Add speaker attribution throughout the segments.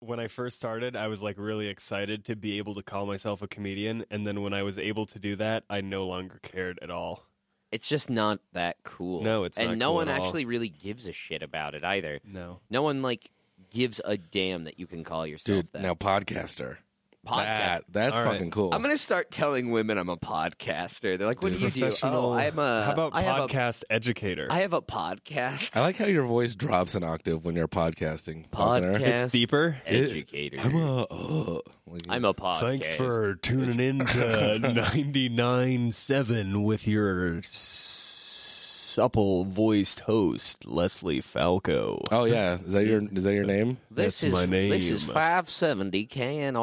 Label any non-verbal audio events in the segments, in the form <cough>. Speaker 1: when I first started, I was like really excited to be able to call myself a comedian, and then when I was able to do that, I no longer cared at all.
Speaker 2: It's just not that cool.
Speaker 1: No, it's
Speaker 2: and
Speaker 1: not
Speaker 2: no
Speaker 1: cool
Speaker 2: one
Speaker 1: at all.
Speaker 2: actually really gives a shit about it either.
Speaker 1: No.
Speaker 2: No one like gives a damn that you can call yourself
Speaker 3: dude.
Speaker 2: that.
Speaker 3: Now podcaster.
Speaker 2: Podcast.
Speaker 3: That, that's
Speaker 1: All right.
Speaker 3: fucking cool.
Speaker 2: I'm gonna start telling women I'm a podcaster. They're like, "What do you do?" Oh, I'm a.
Speaker 1: How about
Speaker 2: I Have a,
Speaker 1: podcast educator?
Speaker 2: I have a podcast.
Speaker 3: I like how your voice drops an octave when you're podcasting. Falconer.
Speaker 2: podcast
Speaker 1: it's deeper.
Speaker 2: educator.
Speaker 3: I'm a. Uh, like,
Speaker 2: I'm a podcast.
Speaker 1: Thanks for tuning in to
Speaker 2: <laughs>
Speaker 1: 99.7 with your s- supple voiced host, Leslie Falco.
Speaker 3: oh yeah, is that your is that your name?
Speaker 2: This
Speaker 1: That's
Speaker 2: is
Speaker 1: my
Speaker 2: This is
Speaker 1: name.
Speaker 2: 570
Speaker 1: I'm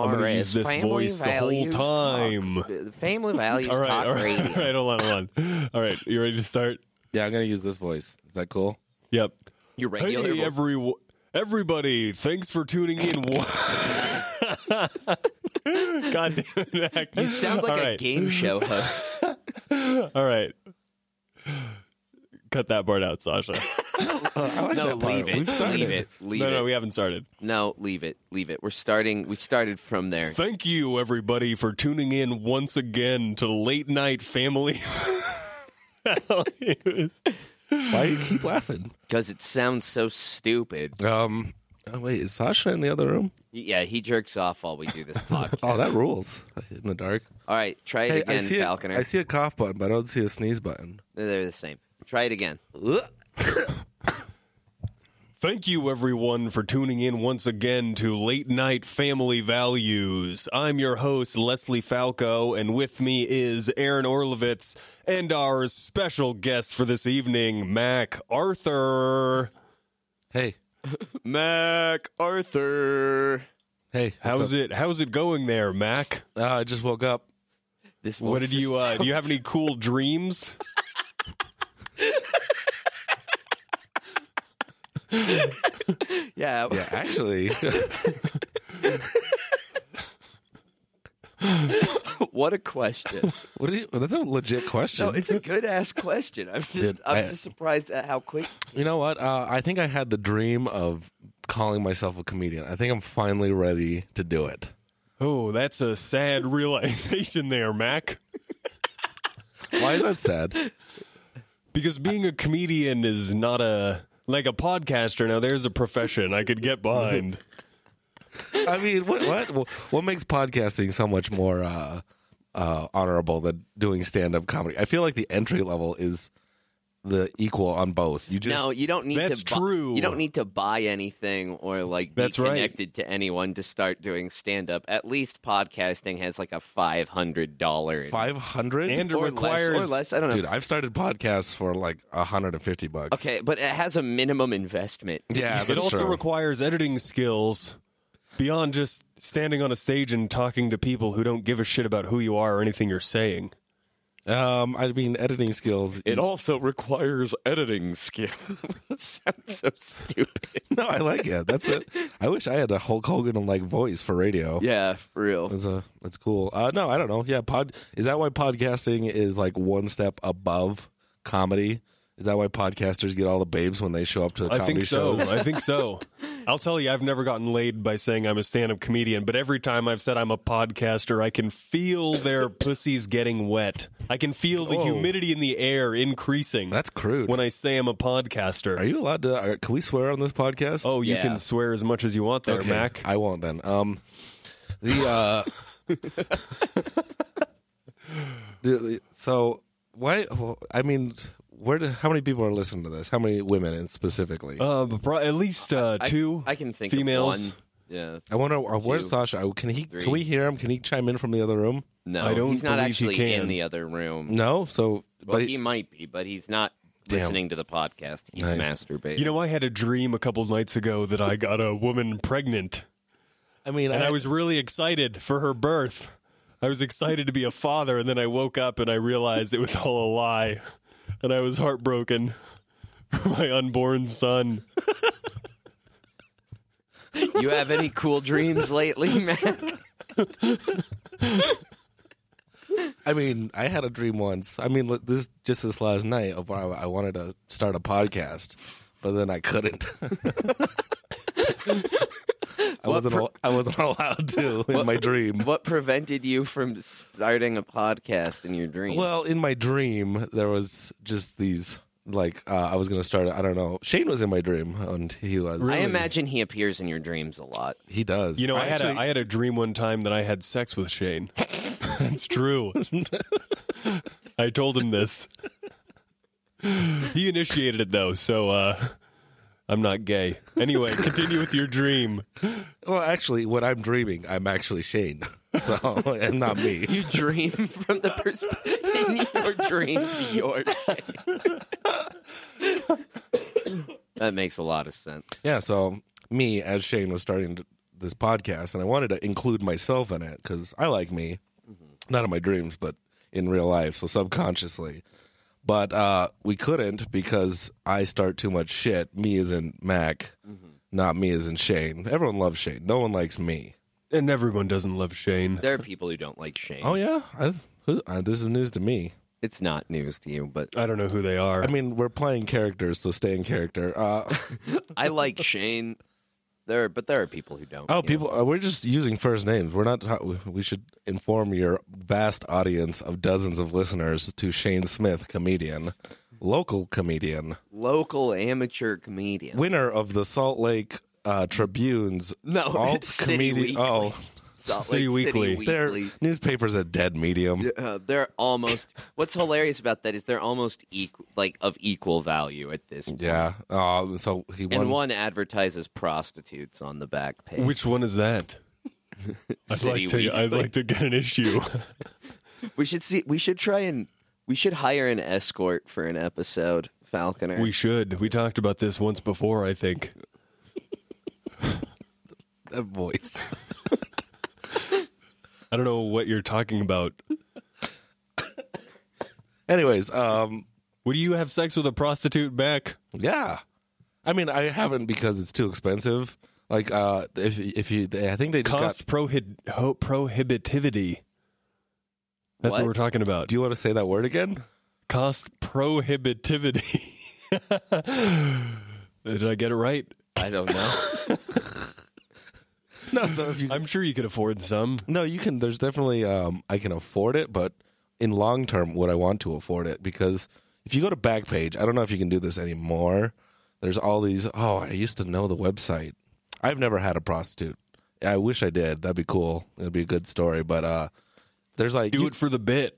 Speaker 1: gonna
Speaker 2: KNRS.
Speaker 1: use this
Speaker 2: family
Speaker 1: voice the whole
Speaker 2: values
Speaker 1: time.
Speaker 2: Talk, family values
Speaker 1: All right,
Speaker 2: talk
Speaker 1: all right, <laughs>
Speaker 2: radio.
Speaker 1: all right, hold on, hold on. All right, you ready to start?
Speaker 3: Yeah, I'm gonna use this voice. Is that cool?
Speaker 1: Yep.
Speaker 2: Your regular
Speaker 1: Hey,
Speaker 2: voice.
Speaker 1: every, everybody, thanks for tuning
Speaker 2: <laughs>
Speaker 1: in. God damn it, Mac.
Speaker 2: You sound like
Speaker 1: All
Speaker 2: a
Speaker 1: right.
Speaker 2: game show host.
Speaker 1: All right. Cut that part out, Sasha.
Speaker 2: no, leave it.
Speaker 3: We've started.
Speaker 2: Leave it. Leave
Speaker 1: no,
Speaker 2: it.
Speaker 1: no, we haven't started.
Speaker 2: no, leave it. Leave it. We're starting. We started from there.
Speaker 1: Thank you, everybody, for tuning in once again to Late Night Family. <laughs> Values.
Speaker 3: Why do you keep laughing?
Speaker 2: Because it sounds so stupid.
Speaker 3: Um. Oh wait, is Sasha in the other room?
Speaker 2: Yeah, he jerks off while we do this podcast.
Speaker 3: Oh, that rules. In the dark.
Speaker 2: All right, try it
Speaker 3: Hey, I
Speaker 2: again,
Speaker 3: see
Speaker 2: Falconer.
Speaker 3: A, I see a cough button, but I don't see a sneeze button.
Speaker 2: They're the same. Try it again.
Speaker 1: Thank you, everyone, for tuning in once again to Late Night Family Values. I'm your host, Leslie Falco, and with me is Aaron Orlovitz and our special guest for this evening, Mac Arthur.
Speaker 3: Hey,
Speaker 1: Mac Arthur.
Speaker 3: hey,
Speaker 1: How's it? How's it going there, Mac?
Speaker 3: Uh, I just woke up.
Speaker 2: This voice
Speaker 1: What did
Speaker 2: is
Speaker 1: you? Uh,
Speaker 2: so-
Speaker 1: do you have any cool dreams?
Speaker 2: <laughs> yeah,
Speaker 3: Yeah, actually,
Speaker 2: <laughs>
Speaker 3: <laughs>
Speaker 2: What a question.
Speaker 3: what do you? That's a legit question.
Speaker 2: no, it's a good ass question. I'm just
Speaker 3: Dude,
Speaker 2: I'm
Speaker 3: I-
Speaker 2: just surprised at how quick.
Speaker 3: You know what? Uh, I think I had the dream of calling myself a comedian. I think I'm finally ready to do it.
Speaker 1: Oh, that's a sad realization there, Mac.
Speaker 3: Why is that sad?
Speaker 1: Because being a comedian is not a like a podcaster. Now there's a profession I could get behind.
Speaker 3: I mean, what what what makes podcasting so much more uh, uh, honorable than doing stand up comedy? I feel like the entry level is the equal on both. You just
Speaker 2: No, you don't need
Speaker 1: That's
Speaker 2: to bu-
Speaker 1: true.
Speaker 2: You don't need to buy anything or like be
Speaker 1: That's right.
Speaker 2: connected to anyone to start doing stand up. At least podcasting has like a five hundred dollar
Speaker 3: five hundred.
Speaker 1: And it
Speaker 2: or
Speaker 1: requires
Speaker 2: less or less. I don't know.
Speaker 3: Dude, I've started podcasts for like hundred and fifty bucks.
Speaker 2: Okay, but it has a minimum investment.
Speaker 3: Yeah, that's
Speaker 1: it also
Speaker 3: true.
Speaker 1: requires editing skills beyond just standing on a stage and talking to people who don't give a shit about who you are or anything you're saying.
Speaker 3: um, I mean, editing skills.
Speaker 2: also requires editing skill. Sounds so stupid.
Speaker 3: <laughs> no, I like it. That's it. I wish I had a Hulk Hogan like voice for radio.
Speaker 2: Yeah, for real.
Speaker 3: That's a that's cool. Uh, no, I don't know. Yeah, pod is that why podcasting is like one step above comedy? Is that why podcasters get all the babes when they show up to the
Speaker 1: I
Speaker 3: comedy
Speaker 1: think so.
Speaker 3: shows?
Speaker 1: I think
Speaker 3: <laughs>
Speaker 1: so. I'll tell you, I've never gotten laid by saying I'm a stand up comedian, but every time I've said I'm a podcaster, I can feel
Speaker 3: <laughs>
Speaker 1: their pussies getting wet. I can feel the
Speaker 3: Whoa.
Speaker 1: humidity in the air increasing
Speaker 3: That's crude.
Speaker 1: when I say I'm a podcaster.
Speaker 3: are you allowed to? Are, can we swear on this podcast?
Speaker 1: oh, you
Speaker 2: Yeah.
Speaker 1: can swear as much as you want there,
Speaker 3: Okay.
Speaker 1: Mac.
Speaker 3: I won't then. Um, the uh, <laughs> dude, so why? I mean, where? Do, how many people are listening to this? How many women in specifically?
Speaker 1: Uh, but pro- at least uh,
Speaker 2: I-
Speaker 1: two
Speaker 2: I, can think
Speaker 1: females.
Speaker 2: Of one. Yeah.
Speaker 3: I wonder uh, where's
Speaker 2: Two,
Speaker 3: Sasha? Uh, Can he?
Speaker 2: three.
Speaker 3: Can we hear him? Can he chime in from the other room?
Speaker 2: No,
Speaker 1: I don't
Speaker 2: he's not
Speaker 1: believe he
Speaker 2: actually
Speaker 1: can.
Speaker 2: in the other room.
Speaker 3: No. So,
Speaker 2: Well,
Speaker 3: but
Speaker 2: he, might be, but he's not listening to the podcast. He's
Speaker 3: Right.
Speaker 2: masturbating.
Speaker 1: You know, I had a dream a couple nights ago that I got a woman pregnant.
Speaker 3: I mean,
Speaker 1: and I was really excited for her birth. I was excited to be a father, and then I woke up and I realized it was all a lie, and I was heartbroken for my unborn son.
Speaker 2: you have any cool dreams lately, <laughs> man?
Speaker 3: I mean, I had a dream once. I mean, li- this just this last night of where I, I wanted to start <laughs> a podcast, but then I couldn't. I I wasn't. al- I wasn't allowed to in my dream.
Speaker 2: What prevented you from starting a podcast in your dream?
Speaker 3: Well, in my dream, there was just these. Like uh, I was gonna start. I don't know. Shane was in my dream, and he was.
Speaker 2: I imagine he appears in your dreams a lot.
Speaker 3: he does.
Speaker 1: You know, I, had a, I had a dream one time that I had sex with Shane. <laughs> It's true. I told him this. He initiated it though, so uh, I'm not gay. Anyway, continue with your dream.
Speaker 3: well, actually, when I'm dreaming, I'm actually Shane, <laughs> so and not me. <laughs>
Speaker 2: You dream from the perspective in your dreams. Your that makes a lot of sense.
Speaker 3: Yeah, so me as Shane was starting t- this podcast, and I wanted to include myself in it because I like me, not in my dreams, but in real life, so subconsciously. But uh, we couldn't because I start too much shit. Me is in Mac, not me is in Shane. Everyone loves Shane. No one likes me.
Speaker 1: And everyone doesn't love Shane.
Speaker 2: There are people who don't like shame.
Speaker 3: Oh yeah, I, who, I, this is news to me.
Speaker 2: It's not news to you, but
Speaker 1: I don't know who they are.
Speaker 3: I mean, we're playing characters, so stay in character. Uh,
Speaker 2: I like Shane. There, but there are people who don't.
Speaker 3: Oh,
Speaker 2: you know?
Speaker 3: people, uh, we're just using first names. We're not. ta- we- We should inform your vast audience of dozens of listeners to Shane Smith, comedian, local comedian,
Speaker 2: local amateur comedian.
Speaker 3: winner of the Salt Lake uh, Tribune's
Speaker 2: No,
Speaker 3: alt
Speaker 2: City
Speaker 3: comedi-
Speaker 2: Weekly.
Speaker 3: Oh,
Speaker 2: Salt
Speaker 1: City
Speaker 2: Lake
Speaker 1: Weekly.
Speaker 3: their
Speaker 2: Weekly.
Speaker 3: newspaper's a dead medium.
Speaker 2: Uh, they're almost. what's hilarious about that is they're almost equal, like of equal value at this. point.
Speaker 3: Yeah. Uh, so he won.
Speaker 2: And one advertises prostitutes on the back page.
Speaker 1: Which one is that? I'd
Speaker 2: City
Speaker 1: like to. I'd
Speaker 2: Weekly.
Speaker 1: like to get an issue.
Speaker 2: we should see. We should try and we should hire an escort for an episode.
Speaker 1: <laughs>
Speaker 2: Falconer.
Speaker 1: we should. We talked about this once before. I think.
Speaker 3: that voice.
Speaker 1: I don't know what you're talking about.
Speaker 3: Anyways, um,
Speaker 1: Would you have sex with a prostitute back?
Speaker 3: Yeah, I mean, I haven't because it's too expensive. Like, uh, if if you, they, I think they just got.
Speaker 1: Cost prohib- ho- prohibitivity. That's what?
Speaker 2: What?
Speaker 1: we're talking about.
Speaker 3: Do you want to say that word again?
Speaker 1: Cost prohibitivity. <laughs> Did I get it right?
Speaker 2: I don't
Speaker 1: <laughs>
Speaker 2: know.
Speaker 3: No, so <laughs> if you
Speaker 1: I'm sure you could afford some.
Speaker 3: No, you can. There's definitely um, I can afford it, but in long term, would I want to afford it? Because if you go to Backpage, I don't know if you can do this anymore. There's all these. Oh, I used to know the website. I've never had a prostitute. I wish I did. That'd be cool. It'd be a good story. But uh, there's like
Speaker 1: Do
Speaker 3: you-
Speaker 1: it for the bit.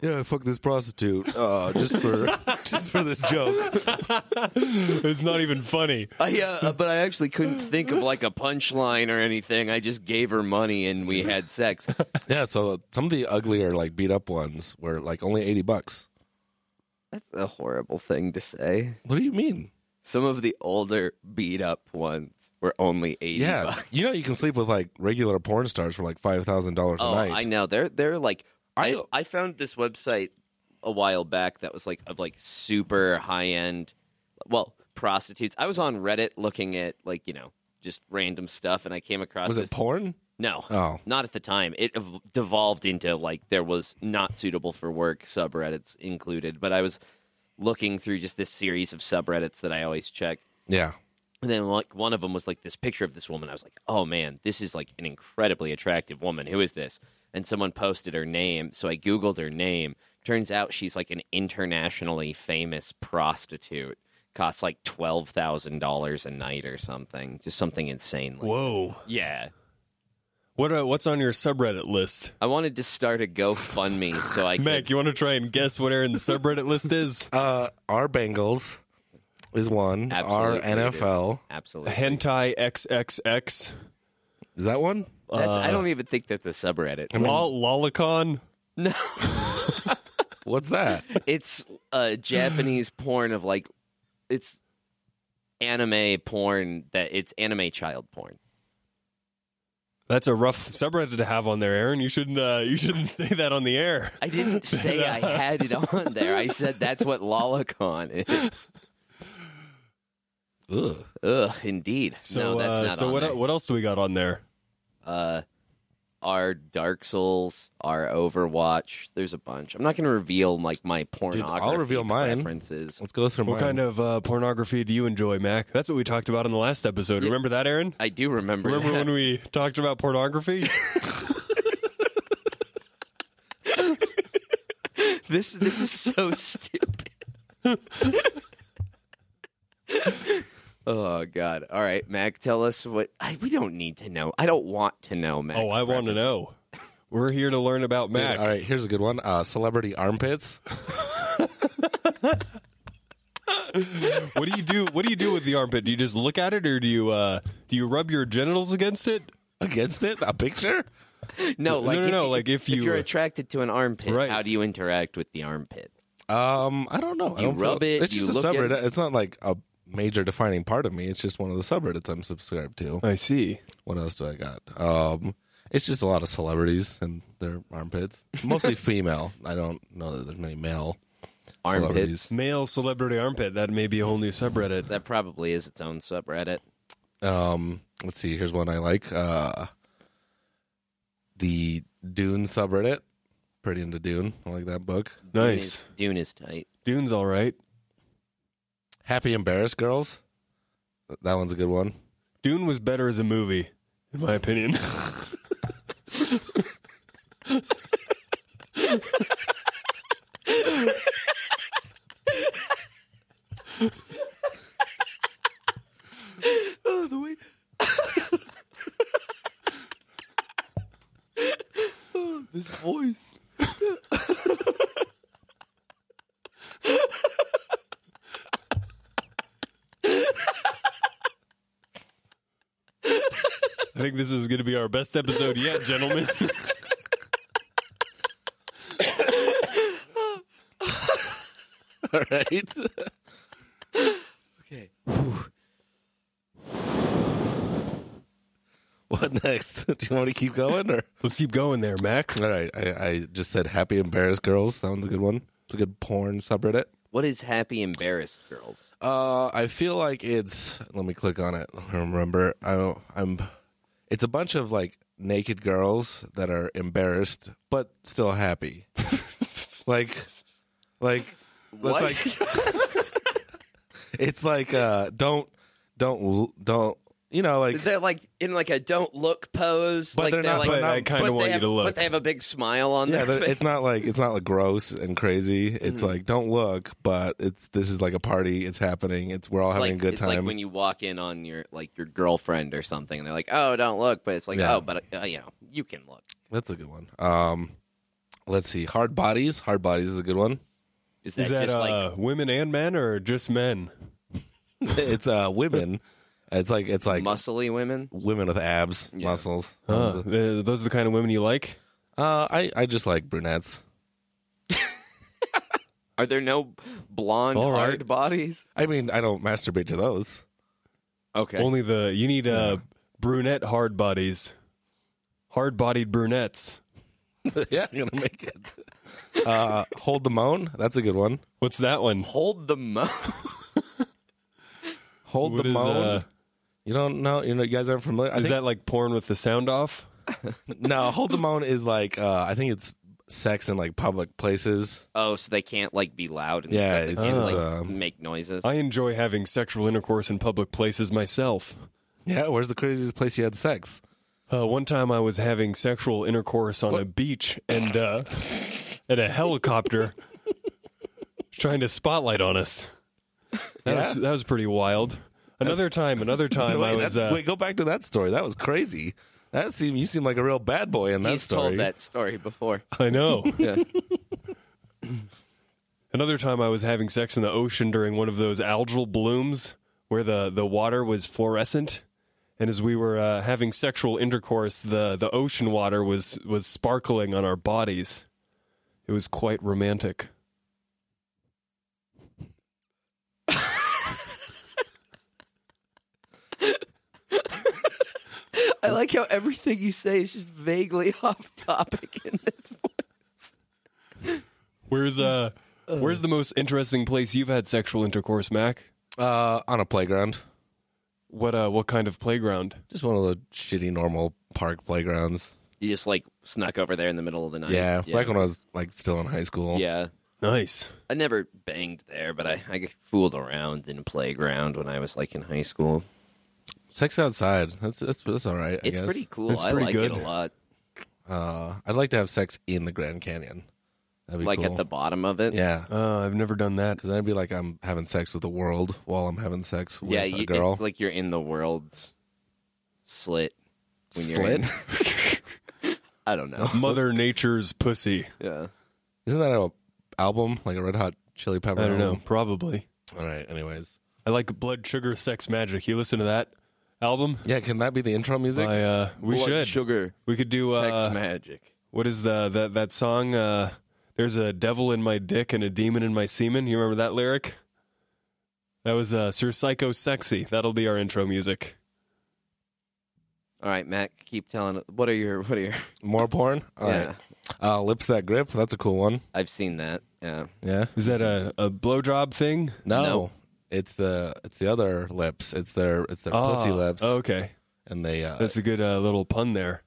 Speaker 3: yeah, fuck this prostitute. Uh, just for <laughs> just for this joke.
Speaker 1: It's not even funny.
Speaker 2: I, uh, but I actually couldn't think of like a punchline or anything. I just gave her money and we had sex.
Speaker 3: Yeah. So some of the uglier, like beat up ones were like only eighty bucks.
Speaker 2: That's a horrible thing to say.
Speaker 3: What do you mean?
Speaker 2: Some of the older beat up ones were only eighty.
Speaker 3: Yeah,
Speaker 2: bucks.
Speaker 3: you know you can sleep with like regular porn stars for like five thousand dollars a
Speaker 2: Oh,
Speaker 3: night.
Speaker 2: I know. They're they're like
Speaker 3: I
Speaker 2: I,
Speaker 3: don't-
Speaker 2: I found this website a while back that was like of like super high end well, prostitutes. I was on Reddit looking at like, you know, just random stuff and I came across
Speaker 3: Was
Speaker 2: this
Speaker 3: it porn?
Speaker 2: No.
Speaker 3: Oh.
Speaker 2: Not at the time. It ev- devolved into like there was not suitable for work subreddits included, but I was looking through just this series of subreddits that I always check.
Speaker 3: Yeah,
Speaker 2: And then like one of them was like this picture of this woman. I was like, "Oh man, this is like an incredibly attractive woman. Who is this?" And someone posted her name, so I googled her name. Turns out she's like an internationally famous prostitute. Costs like twelve thousand dollars a night or something. Just something insane. Like,
Speaker 1: Whoa.
Speaker 2: yeah.
Speaker 1: What? Uh, what's on your subreddit list?
Speaker 2: I wanted to start a GoFundMe
Speaker 1: <laughs>
Speaker 2: so I could
Speaker 1: Mac, you want to try and guess what Aaron's subreddit list is?
Speaker 3: uh, our Bengals is one.
Speaker 2: Absolute
Speaker 3: our NFL
Speaker 2: absolutely.
Speaker 1: Hentai XXX.
Speaker 3: is that one?
Speaker 2: That's, I don't even think that's a subreddit.
Speaker 1: Lo- lolicon.
Speaker 2: <laughs> No, <laughs>
Speaker 3: What's that?
Speaker 2: it's
Speaker 1: <sighs>
Speaker 2: a Japanese porn of like, it's anime porn that it's anime child porn.
Speaker 1: That's a rough subreddit to have on there, Aaron. You shouldn't. Uh, you shouldn't say that on the air. <laughs>
Speaker 2: I didn't say I had it on there. I said that's what lolicon is.
Speaker 3: Ugh.
Speaker 2: Ugh, indeed.
Speaker 1: So,
Speaker 2: no, that's
Speaker 1: uh,
Speaker 2: not
Speaker 1: so
Speaker 2: on
Speaker 1: what?
Speaker 2: there.
Speaker 1: What else do we got on there?
Speaker 2: uh, our Dark Souls, our Overwatch. There's a bunch. I'm not going to reveal like my pornography
Speaker 3: reveal mine.
Speaker 2: preferences.
Speaker 3: Let's go through
Speaker 1: What kind of uh, pornography do you enjoy, Mac? That's what we talked about in the last episode. Remember that, Aaron?
Speaker 2: I do remember.
Speaker 1: Remember
Speaker 2: that.
Speaker 1: when
Speaker 2: <laughs>
Speaker 1: we talked about pornography?
Speaker 2: this this is so <laughs> stupid. oh God! All right, Mac, tell us what I, we don't need to know. I don't want to know, Mac.
Speaker 1: oh, I want to know. We're here to learn about Mac.
Speaker 3: All right, here's a good one. Uh, celebrity armpits. <laughs>
Speaker 1: What do you do? What do you do with the armpit? Do you just look at it, or do you uh, do you rub your genitals against it?
Speaker 3: Against it, a picture.
Speaker 2: No, like
Speaker 1: no,
Speaker 2: if,
Speaker 1: no,
Speaker 2: you-
Speaker 1: like, if you- uh,
Speaker 2: are attracted to an armpit,
Speaker 1: Right.
Speaker 2: how do you interact with the armpit?
Speaker 3: Um, I don't know. I
Speaker 2: You
Speaker 3: don't
Speaker 2: rub it,
Speaker 3: It's
Speaker 2: you
Speaker 3: just a
Speaker 2: look at-
Speaker 3: subreddit. It's not like a major defining part of me. It's just one of the subreddits I'm subscribed to.
Speaker 1: I see.
Speaker 3: What else do I got? Um, it's just a lot of celebrities and their armpits, mostly female. I don't know that there's many male
Speaker 2: Armpits.
Speaker 3: celebrities.
Speaker 1: Male celebrity armpit. That may be a whole new subreddit.
Speaker 2: That probably is its own subreddit.
Speaker 3: Um, let's see. Here's one I like. Uh, the Dune subreddit. Pretty into Dune. I like that book.
Speaker 1: Nice.
Speaker 2: Dune is, Dune is tight.
Speaker 1: Dune's all right.
Speaker 3: Happy embarrassed girls. That one's a good one.
Speaker 1: Dune was better as a movie, in my opinion. <laughs>
Speaker 2: Oh, the way. this voice.
Speaker 1: I think this is going to be our best episode yet, gentlemen. <laughs>
Speaker 3: All <laughs> right.
Speaker 2: Okay.
Speaker 3: what next? <laughs> Do you want to keep going or?
Speaker 1: Let's keep going there, Mac.
Speaker 3: All right. I, I just said happy embarrassed girls. That one's a good one. It's a good porn subreddit.
Speaker 2: What is happy embarrassed girls?
Speaker 3: Uh, I feel like it's. Let me click on it. I remember. I, I'm. It's a bunch of like naked girls that are embarrassed but still <laughs> happy. like, like
Speaker 2: What?
Speaker 3: It's like it's like uh, don't don't l- don't you know like
Speaker 2: <laughs> They're like in like a don't look pose.
Speaker 3: But
Speaker 2: like
Speaker 3: they're not-
Speaker 2: like,
Speaker 3: but
Speaker 1: But I
Speaker 3: not-
Speaker 1: kind
Speaker 2: but
Speaker 1: of want
Speaker 2: they have,
Speaker 1: you to look.
Speaker 2: But they have a big smile on
Speaker 3: yeah.
Speaker 2: their
Speaker 3: they're-
Speaker 2: face.
Speaker 3: It's not like it's not like gross and crazy. It's like don't look, but it's this is like a party. It's happening. It's we're all
Speaker 2: It's
Speaker 3: having
Speaker 2: like,
Speaker 3: a good
Speaker 2: it's
Speaker 3: time.
Speaker 2: like when you walk in on your like your girlfriend or something, and they're like, "Oh, don't look," but it's like,
Speaker 3: Yeah.
Speaker 2: "Oh, but uh, you know, you can look."
Speaker 3: That's a good one. Um, let's see. Hard bodies. Hard bodies is a good one. <laughs>
Speaker 2: Is that,
Speaker 1: Is that
Speaker 2: just
Speaker 1: uh,
Speaker 2: like
Speaker 1: women and men, or just men?
Speaker 3: it's uh women. It's like it's like
Speaker 2: muscly women?
Speaker 3: women with abs,
Speaker 2: Yeah.
Speaker 3: muscles.
Speaker 1: Huh. Uh, those are the kind of women you like.
Speaker 3: Uh, I I just like brunettes.
Speaker 2: Are there no blonde
Speaker 1: All right.
Speaker 2: hard bodies?
Speaker 3: I mean, I don't masturbate to those. <laughs>
Speaker 2: Okay.
Speaker 1: Only the you need uh, brunette hard bodies, hard bodied brunettes.
Speaker 3: yeah, I'm gonna make it. Uh, hold the moan. That's a good one.
Speaker 1: What's that one?
Speaker 2: Hold the mo. <laughs>
Speaker 3: Hold
Speaker 1: What
Speaker 3: the
Speaker 1: is,
Speaker 3: moan.
Speaker 1: uh,
Speaker 3: you don't know. You know, you guys aren't familiar. I
Speaker 1: Is
Speaker 3: think,
Speaker 1: that like porn with the sound off?
Speaker 3: <laughs> no, hold the moan is like uh, I think it's sex in like public places.
Speaker 2: Oh, so they can't like be loud and stuff.
Speaker 3: Yeah, it's-
Speaker 2: They can't,
Speaker 3: it's,
Speaker 2: like
Speaker 3: um,
Speaker 2: make noises.
Speaker 1: I enjoy having sexual intercourse in public places myself.
Speaker 3: Yeah, where's the craziest place you had sex?
Speaker 1: Uh, one time I was having sexual intercourse on a beach and uh, and a helicopter <laughs> trying to spotlight on us. That, was, that was pretty wild. Another time, another time I
Speaker 3: wait,
Speaker 1: was.
Speaker 3: that-
Speaker 1: Uh,
Speaker 3: wait, go back to that story. That was crazy. That seemed you seem like a real bad boy in that
Speaker 2: He's
Speaker 3: story.
Speaker 2: told that story
Speaker 3: <laughs>
Speaker 2: before.
Speaker 1: I know.
Speaker 2: Yeah.
Speaker 1: Another time I was having sex in the ocean during one of those algal blooms where the, the water was fluorescent. And as we were uh, having sexual intercourse, the, the ocean water was, was sparkling on our bodies. It was quite romantic.
Speaker 2: I like how everything you say is just vaguely <laughs> off topic in this
Speaker 1: Where's uh, where's the most interesting place you've had sexual intercourse, Mac?
Speaker 3: Uh, on a playground,
Speaker 1: What uh, what kind of playground?
Speaker 3: just one of the shitty normal park playgrounds.
Speaker 2: You just like snuck over there in the middle of the night.
Speaker 3: Yeah,
Speaker 2: yeah.
Speaker 3: back when I was like still in high school.
Speaker 2: Yeah.
Speaker 1: Nice.
Speaker 2: I never banged there, but I, I fooled around in a playground when I was like in high school.
Speaker 3: Sex outside. That's that's that's all right. I
Speaker 2: It's
Speaker 3: guess.
Speaker 2: pretty cool.
Speaker 1: It's
Speaker 2: I
Speaker 1: pretty
Speaker 2: like
Speaker 1: good.
Speaker 2: it a lot.
Speaker 3: Uh, I'd like to have sex in the Grand Canyon. That'd be
Speaker 2: Like
Speaker 3: cool.
Speaker 2: at the bottom of it.
Speaker 3: yeah,
Speaker 1: Uh, I've never done <laughs> that.
Speaker 3: because then I'd be like I'm having sex with the world while I'm having sex with
Speaker 2: yeah.
Speaker 3: a
Speaker 2: You,
Speaker 3: girl.
Speaker 2: it's like you're in the world's slit. when you're
Speaker 3: Slit.
Speaker 2: in- <laughs> I don't know.
Speaker 1: Mother Nature's pussy.
Speaker 2: yeah.
Speaker 3: Isn't that a album like a Red Hot Chili Pepper?
Speaker 1: I don't know.
Speaker 3: album?
Speaker 1: Probably.
Speaker 3: All right. Anyways,
Speaker 1: I like Blood Sugar Sex Magic. You listen to that album?
Speaker 3: yeah. Can that be the intro music?
Speaker 1: I, uh, we
Speaker 2: Blood
Speaker 1: should.
Speaker 2: sugar.
Speaker 1: we could do.
Speaker 2: sex
Speaker 1: Uh,
Speaker 2: magic.
Speaker 1: what is the that that song? Uh, There's a devil in my dick and a demon in my semen. You remember that lyric? That was uh, Sir Psycho Sexy. That'll be our intro music.
Speaker 2: All right, Matt, keep telling. What are your what are your?
Speaker 3: More porn. All
Speaker 2: yeah,
Speaker 3: right. Uh, Lips that grip. That's a cool one.
Speaker 2: I've seen that. Yeah,
Speaker 3: Yeah.
Speaker 1: Is that a, a blowjob thing?
Speaker 3: No.
Speaker 2: No.
Speaker 3: It's the it's the other lips. It's their it's their pussy
Speaker 1: Ah,
Speaker 3: lips,
Speaker 1: Okay.
Speaker 3: and they uh,
Speaker 1: That's a good uh, little pun there.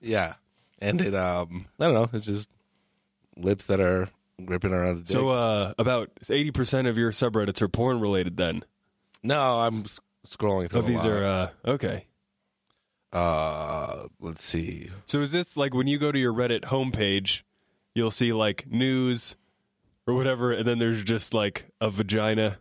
Speaker 3: yeah, and it um I don't know. It's just lips that are gripping around. A dick.
Speaker 1: So uh, about 80% of your subreddits are porn related then.
Speaker 3: No, I'm s- scrolling through.
Speaker 1: Oh, these are uh, okay.
Speaker 3: are. Uh, let's see.
Speaker 1: So is this like when you go to your Reddit homepage, you'll see like news or whatever, and then there's just like a vagina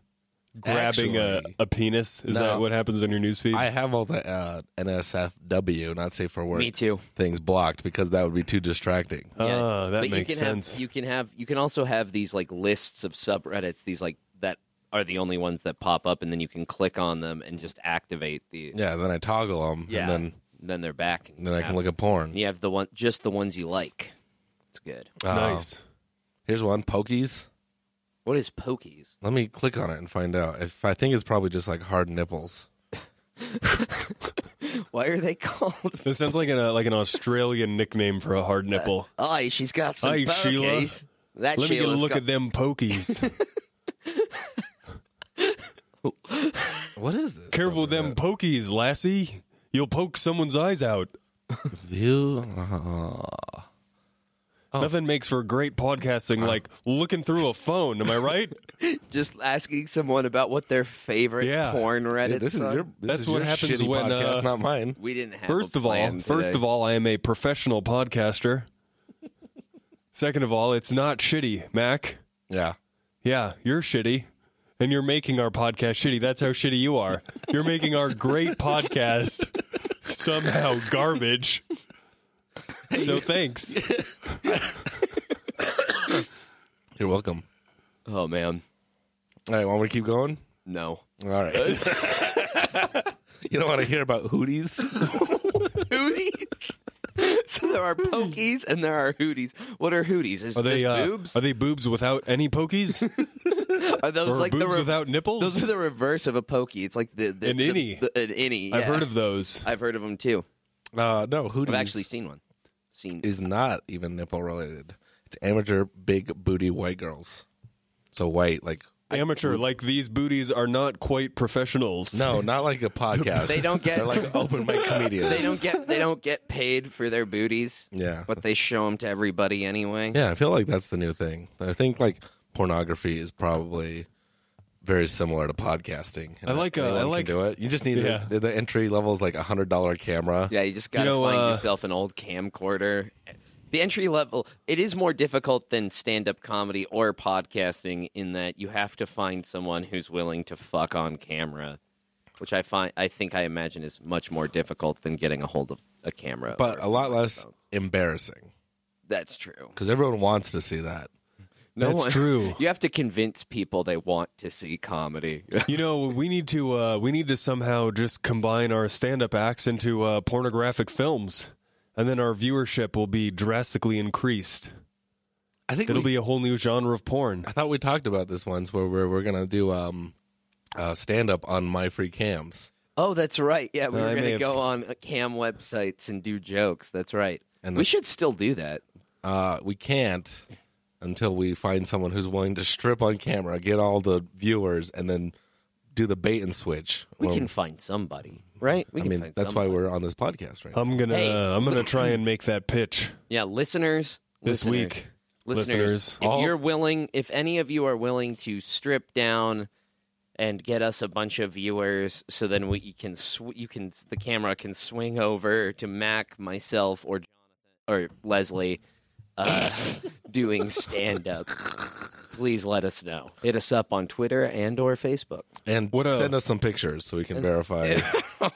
Speaker 1: grabbing a,
Speaker 3: Actually-
Speaker 1: a penis? Is
Speaker 3: No.
Speaker 1: that what happens on your newsfeed?
Speaker 3: I have all the uh, NSFW, not safe for work,
Speaker 2: me too.
Speaker 3: things blocked because that would be too distracting.
Speaker 2: Yeah.
Speaker 1: Ah, that
Speaker 2: but
Speaker 1: makes
Speaker 2: you can
Speaker 1: sense.
Speaker 2: Have, you can have you can also have these like lists of subreddits. These like that are the only ones that pop up, and then you can click on them and just activate the.
Speaker 3: Yeah, then I toggle them,
Speaker 2: Yeah.
Speaker 3: and then
Speaker 2: Then they're back.
Speaker 3: and then I can look at porn.
Speaker 2: You have the one, just the ones you like. It's good.
Speaker 3: Uh,
Speaker 1: nice.
Speaker 3: Here's one, Pokies.
Speaker 2: What is pokies?
Speaker 3: Let me click on it and find out. If I think it's probably just like hard nipples.
Speaker 2: Why are they <laughs> called?
Speaker 1: That sounds like an uh, like an Australian nickname for a hard nipple.
Speaker 2: Oh, she's got some
Speaker 1: Aye, Sheila.
Speaker 2: pokies. That
Speaker 1: Let me get a
Speaker 2: Sheila's
Speaker 1: look
Speaker 2: got-
Speaker 1: at them pokies.
Speaker 3: <laughs> What is this?
Speaker 1: Careful with them pokies, lassie. You'll poke someone's eyes out.
Speaker 3: View. uh-huh. Oh.
Speaker 1: Nothing makes for great podcasting like looking through a phone. Am I
Speaker 3: <laughs>
Speaker 1: right?
Speaker 2: just asking someone about what their favorite
Speaker 1: Yeah.
Speaker 2: porn Reddit.
Speaker 3: Dude, this is
Speaker 2: song-
Speaker 3: your. This
Speaker 1: That's
Speaker 3: is
Speaker 1: what
Speaker 3: your
Speaker 1: happens
Speaker 3: shitty
Speaker 1: when,
Speaker 3: podcast,
Speaker 1: uh,
Speaker 3: not mine.
Speaker 2: We didn't have.
Speaker 1: First
Speaker 2: a
Speaker 1: of all,
Speaker 2: plan
Speaker 1: first
Speaker 2: today.
Speaker 1: of all, I am a professional podcaster. Second of all, it's not shitty, Mac.
Speaker 3: Yeah.
Speaker 1: Yeah, you're shitty. And you're making our podcast shitty. That's how shitty you are. You're making our great podcast somehow garbage.
Speaker 2: <laughs>
Speaker 1: So thanks.
Speaker 3: You're welcome.
Speaker 2: Oh man,
Speaker 3: All right, want me to keep going?
Speaker 2: no.
Speaker 3: All right. <laughs> you don't want to hear about hooties?
Speaker 2: Hooties. <laughs> so there are pokies and there are hooties. What are hooties? Is
Speaker 1: Are they
Speaker 2: just
Speaker 1: uh,
Speaker 2: boobs?
Speaker 1: are they boobs without any
Speaker 2: <laughs>
Speaker 1: pokies?
Speaker 2: Are
Speaker 1: Or
Speaker 2: those like
Speaker 1: boobs
Speaker 2: the re-
Speaker 1: without nipples?
Speaker 2: those are the reverse of a pokey? It's like the, the
Speaker 1: An
Speaker 2: the-
Speaker 1: innie.
Speaker 2: the- an innie.
Speaker 1: I've
Speaker 2: yeah.
Speaker 1: heard of those.
Speaker 2: I've heard of them too.
Speaker 3: Uh, no, hooties
Speaker 2: I've actually seen one. Seen.
Speaker 3: is not even nipple related. It's amateur big booty white girls. So white, like
Speaker 1: Amateur, like these booties are not quite professionals.
Speaker 3: no, not like a podcast.
Speaker 2: They don't get-
Speaker 3: They're like open mic comedians.
Speaker 2: they don't get they don't get paid for their booties,
Speaker 3: Yeah,
Speaker 2: but they show them to everybody anyway.
Speaker 3: yeah. I feel like that's the new thing. I think like pornography is probably very similar to podcasting.
Speaker 1: I like, uh,
Speaker 3: Anyone
Speaker 1: I
Speaker 3: can
Speaker 1: like-
Speaker 3: do it. You just need
Speaker 1: Yeah.
Speaker 3: to, the- the entry level is like a hundred dollar camera.
Speaker 2: Yeah, you just gotta
Speaker 1: know,
Speaker 2: find
Speaker 1: uh,
Speaker 2: yourself an old camcorder. The entry level, it is more difficult than stand up comedy or podcasting in that you have to find someone who's willing to fuck on camera, which I find I think I imagine is much more difficult than getting a hold of a camera.
Speaker 3: but
Speaker 2: or-
Speaker 3: a lot less embarrassing
Speaker 2: that's true.
Speaker 3: because everyone wants to see that.
Speaker 2: No
Speaker 1: That's
Speaker 2: one-
Speaker 1: true.
Speaker 2: <laughs> You have to convince people they want to see comedy. <laughs>
Speaker 1: You know, we need to uh, we need to somehow just combine our stand-up acts into uh, pornographic films, and then our viewership will be drastically increased.
Speaker 3: I think
Speaker 1: It'll
Speaker 3: we-
Speaker 1: be a whole new genre of porn.
Speaker 3: I thought we talked about this once where we're we're gonna do um uh stand up on my free cams.
Speaker 2: oh, that's right. Yeah, we
Speaker 1: Uh, I
Speaker 2: were
Speaker 1: may
Speaker 2: going to
Speaker 1: have-
Speaker 2: go on cam websites and do jokes. That's right.
Speaker 3: And
Speaker 2: we
Speaker 3: the-
Speaker 2: should still do that.
Speaker 3: Uh we can't until we find someone who's willing to strip on camera, get all the viewers and then do the bait and switch.
Speaker 2: We
Speaker 3: Well,
Speaker 2: can find somebody, right? We
Speaker 3: I
Speaker 2: can
Speaker 3: mean,
Speaker 2: find
Speaker 3: that's
Speaker 2: somebody.
Speaker 3: why we're on this podcast right now.
Speaker 1: I'm gonna uh,
Speaker 2: Hey.
Speaker 1: I'm gonna try and make that pitch
Speaker 2: yeah, listeners
Speaker 1: this
Speaker 2: listeners,
Speaker 1: week.
Speaker 2: listeners,
Speaker 1: listeners.
Speaker 2: if
Speaker 3: All-
Speaker 2: you're willing, if any of you are willing to strip down and get us a bunch of viewers, so then we you can sw- you can the camera can swing over to Mac, myself, or Jonathan or Leslie uh, <laughs> doing stand up. Please let us know. Hit us up on Twitter and or Facebook.
Speaker 3: And
Speaker 1: What a-
Speaker 3: send us some pictures so we can verify.
Speaker 2: <laughs>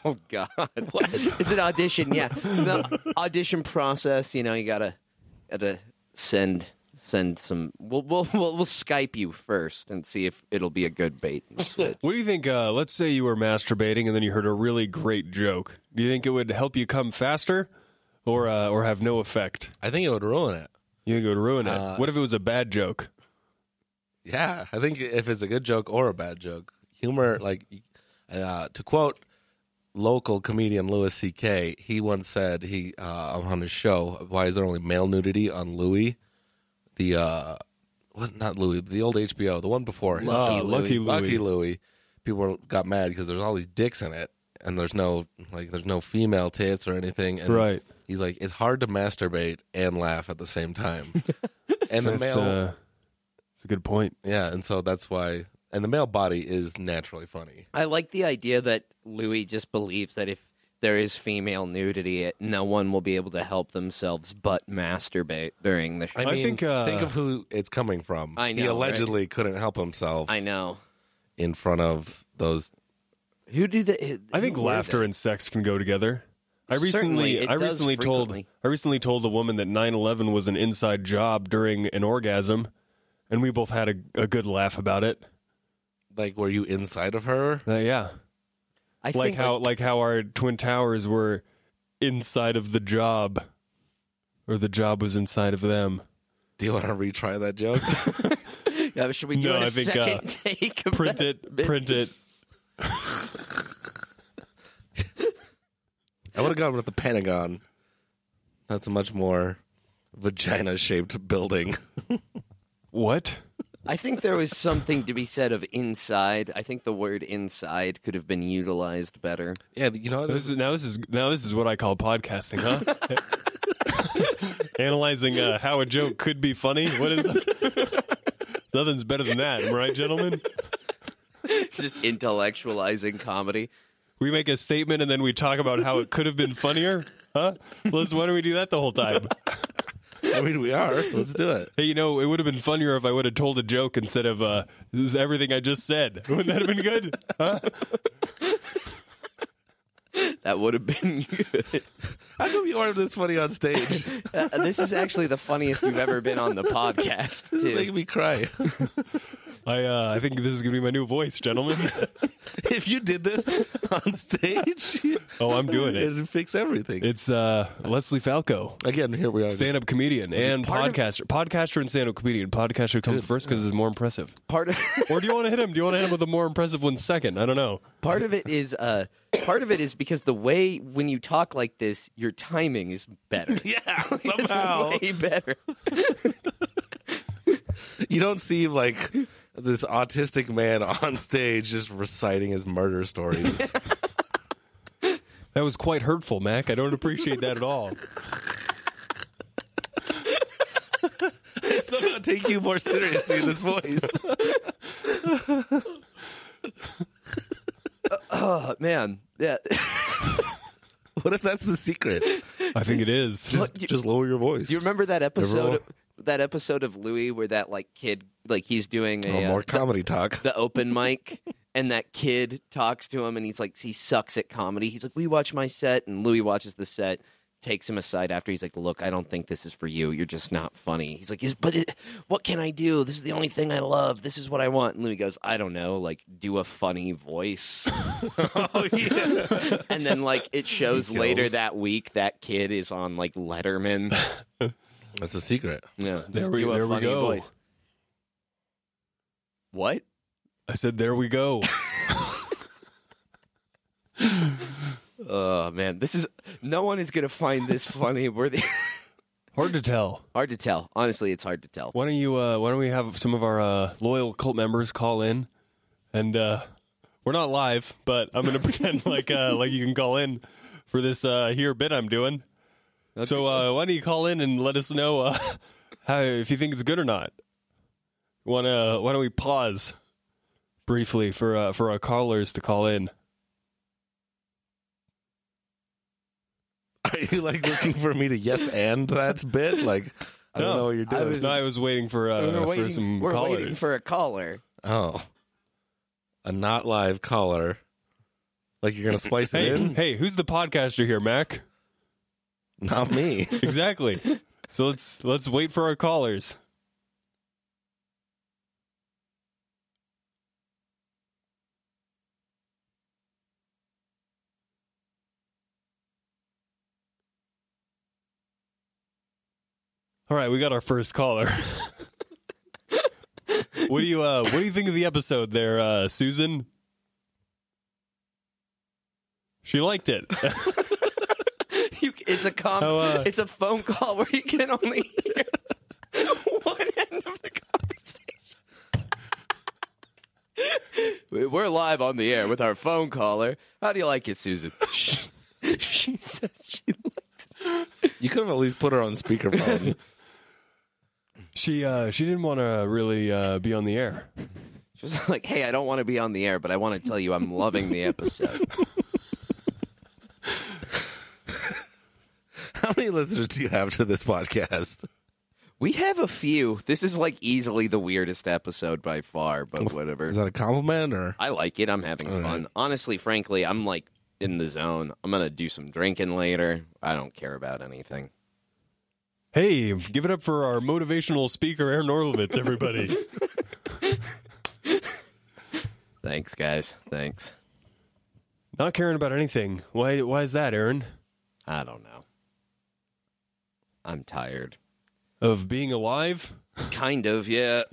Speaker 2: Oh God! What? it's an audition, yeah. The audition process, you know, you gotta gotta send send some. We'll we'll we'll, we'll Skype you first and see if it'll be a good bait. <laughs> and switch.
Speaker 1: What do you think? Uh, let's say you were masturbating and then you heard a really great joke. Do you think it would help you come faster, or uh, or have no effect?
Speaker 3: <laughs> I think it would ruin it.
Speaker 1: You think it would ruin it?
Speaker 3: Uh,
Speaker 1: what if it was a bad joke?
Speaker 3: Yeah, I think if it's a good joke or a bad joke,
Speaker 1: Mm-hmm.
Speaker 3: humor like uh, to quote local comedian Louis C.K. He once said he uh, on his show, "Why is there only male nudity on Louis?" The uh, what? Not Louis. The old HBO, the one before. him.
Speaker 2: Lucky
Speaker 1: Ah,
Speaker 2: Louie.
Speaker 1: lucky Louie.
Speaker 3: Lucky Louis. People were- got mad because there's all these dicks in it, and there's no like there's no female tits or anything. And
Speaker 1: Right.
Speaker 3: He's like, it's hard to masturbate and laugh at the
Speaker 1: <laughs>
Speaker 3: same time. and the
Speaker 1: That's
Speaker 3: male,
Speaker 1: uh, that's a good point.
Speaker 3: yeah, and so that's why. And the male body is naturally funny.
Speaker 2: I like the idea that Louis just believes that if there is female nudity, it, no one will be able to help themselves but masturbate during the show.
Speaker 3: I,
Speaker 1: I
Speaker 3: mean,
Speaker 1: think, uh,
Speaker 3: think of who it's coming from.
Speaker 2: I know,
Speaker 3: he
Speaker 2: right?
Speaker 3: allegedly couldn't help himself
Speaker 2: I know.
Speaker 3: in front of those.
Speaker 2: Who do the?
Speaker 1: I think laughter and sex can go together. I
Speaker 2: Certainly,
Speaker 1: recently,
Speaker 2: it
Speaker 1: I
Speaker 2: does
Speaker 1: recently told,
Speaker 2: frequently.
Speaker 1: I recently told a woman that 9/11 was an inside job during an orgasm, and we both had a, a good laugh about it.
Speaker 3: Like, were you inside of her?
Speaker 1: Uh, yeah,
Speaker 2: I
Speaker 1: like
Speaker 2: think
Speaker 1: how, like how our twin towers were inside of the job, or the job was inside of them.
Speaker 3: Do you want to retry
Speaker 1: <laughs>
Speaker 3: that joke?
Speaker 2: <laughs> Yeah, should we do
Speaker 1: No,
Speaker 2: a
Speaker 1: I think,
Speaker 2: second <laughs>
Speaker 1: uh,
Speaker 2: take? Of
Speaker 1: Print
Speaker 2: that?
Speaker 1: it, print
Speaker 2: <laughs>
Speaker 1: it.
Speaker 3: I would have gone with the Pentagon. That's a much more vagina-shaped building.
Speaker 1: What?
Speaker 2: I think there was something to be said of inside. I think the word inside could have been utilized better.
Speaker 3: Yeah, you know
Speaker 1: This is now. This is now. This is what I call podcasting, huh? Analyzing uh, how a joke could be funny. What is? <laughs> Nothing's better than that, am I right, gentlemen?
Speaker 2: Just intellectualizing comedy.
Speaker 1: We make a statement and then we talk about how it could have been funnier, huh? Liz, why don't we do that the whole time?
Speaker 3: <laughs> I mean, we are. Let's do it.
Speaker 1: Hey, you know, it would have been funnier if I would have told a joke instead of uh, this is everything I just said. Wouldn't that have been good?
Speaker 2: That would have been <laughs> good.
Speaker 3: How come you aren't this funny
Speaker 1: <laughs>
Speaker 3: on stage?
Speaker 2: Uh, this is actually the funniest you've ever been on the podcast,
Speaker 3: Make
Speaker 2: too.
Speaker 1: <laughs>
Speaker 3: me cry.
Speaker 1: I uh, I think this is gonna be my new voice, gentlemen.
Speaker 3: if you did this on stage,
Speaker 1: <laughs> Oh, I'm doing it.
Speaker 3: it'd fix everything.
Speaker 1: It's uh, Leslie Falco.
Speaker 3: Again, here we are.
Speaker 1: stand up comedian and
Speaker 2: part of-
Speaker 1: podcaster. podcaster and stand up comedian. Podcaster should come first because it's more impressive.
Speaker 2: Part of <laughs>
Speaker 1: Or do you want to hit him? Do you want to hit him with a more impressive one second? I don't know.
Speaker 2: part of it is uh, part of it is because the way when you talk like this, your timing is better.
Speaker 3: <laughs> <laughs> yeah,
Speaker 2: It's
Speaker 3: somehow
Speaker 2: way better.
Speaker 3: you don't seem like this autistic man on stage just reciting his murder stories.
Speaker 1: That was quite hurtful, Mac. I don't appreciate that at all.
Speaker 3: I <laughs> somehow take you more seriously in this voice.
Speaker 2: Oh man, yeah.
Speaker 3: <laughs> What if that's the secret?
Speaker 1: I think it is.
Speaker 3: Just, just lower your voice.
Speaker 2: Do you remember that
Speaker 3: Everyone-
Speaker 2: episode? That episode of Louis where that like kid, like he's doing a
Speaker 3: Oh,
Speaker 2: uh,
Speaker 3: more
Speaker 2: the-
Speaker 3: comedy talk.
Speaker 2: the open mic and that kid talks to him and he's like he sucks at comedy he's like we watch my set and louis watches the set takes him aside after he's like look i don't think this is for you you're just not funny he's like is but it, what can i do this is the only thing i love this is what i want and louis goes i don't know like do a funny voice
Speaker 3: <laughs> oh yeah.
Speaker 2: and then like it shows
Speaker 3: He
Speaker 2: later
Speaker 3: kills.
Speaker 2: that week that kid is on like
Speaker 1: <laughs>
Speaker 2: letterman
Speaker 3: <laughs> That's the secret.
Speaker 2: yeah
Speaker 1: There
Speaker 2: just
Speaker 1: we-
Speaker 2: do a
Speaker 1: there we
Speaker 2: funny
Speaker 1: go.
Speaker 2: voice what
Speaker 1: I said, there we go.
Speaker 2: Oh man, this is no one is gonna find <laughs> this funny. We're the,
Speaker 1: Hard to tell.
Speaker 2: hard to tell. Honestly, it's hard to tell.
Speaker 1: Why don't you? Uh, why don't we have some of our uh, loyal cult members call in, and uh, We're not live, but I'm gonna <laughs> pretend like uh, like you can call in for this uh, here bit I'm doing. so uh, why don't you call in and let us know uh, <laughs> how, if you think it's good or not? Wanna why don't we pause briefly for uh, for our callers to call in?
Speaker 3: Are you like looking for me to yes and that bit? Like I don't know what you're
Speaker 1: I
Speaker 3: doing.
Speaker 1: was, no, I was waiting for uh,
Speaker 2: we're waiting,
Speaker 1: for some
Speaker 2: we're
Speaker 1: callers.
Speaker 2: waiting for a caller. <laughs>
Speaker 3: oh, a not live caller. Like you're <laughs> gonna splice it
Speaker 1: hey,
Speaker 3: in?
Speaker 1: hey, who's the podcaster here, Mac?
Speaker 3: Not me.
Speaker 1: Exactly. so let's let's wait for our callers. All right, we got our first caller. <laughs> what do you uh, what do you think of the episode there, uh, Susan? She liked it.
Speaker 2: You, it's a com-
Speaker 1: How, uh,
Speaker 2: It's a phone call where you can only hear <laughs> one end of the conversation. We're live on the air with our phone caller. How do you like it, Susan? she says she likes. it.
Speaker 3: You could have at least put her on speakerphone. <laughs>
Speaker 1: She uh she didn't want to really uh be on the air.
Speaker 2: She was like, "Hey, I don't want to be on the air, but I want to tell you I'm loving
Speaker 1: <laughs>
Speaker 2: the episode."
Speaker 3: <laughs> How many listeners do you have to this podcast?
Speaker 2: We have a few. This is like easily the weirdest episode by far, but whatever.
Speaker 3: Is that a compliment or?
Speaker 2: I like it. I'm having fun. Honestly, frankly, I'm like in the zone. I'm gonna do some drinking later. I don't care about anything.
Speaker 1: Hey, give it up for our motivational speaker Aaron Orlovitz, everybody.
Speaker 2: Thanks, guys. Thanks.
Speaker 1: Not caring about anything. Why why is that, Aaron?
Speaker 2: I don't know. I'm tired.
Speaker 1: Of being alive?
Speaker 2: Kind of, yeah.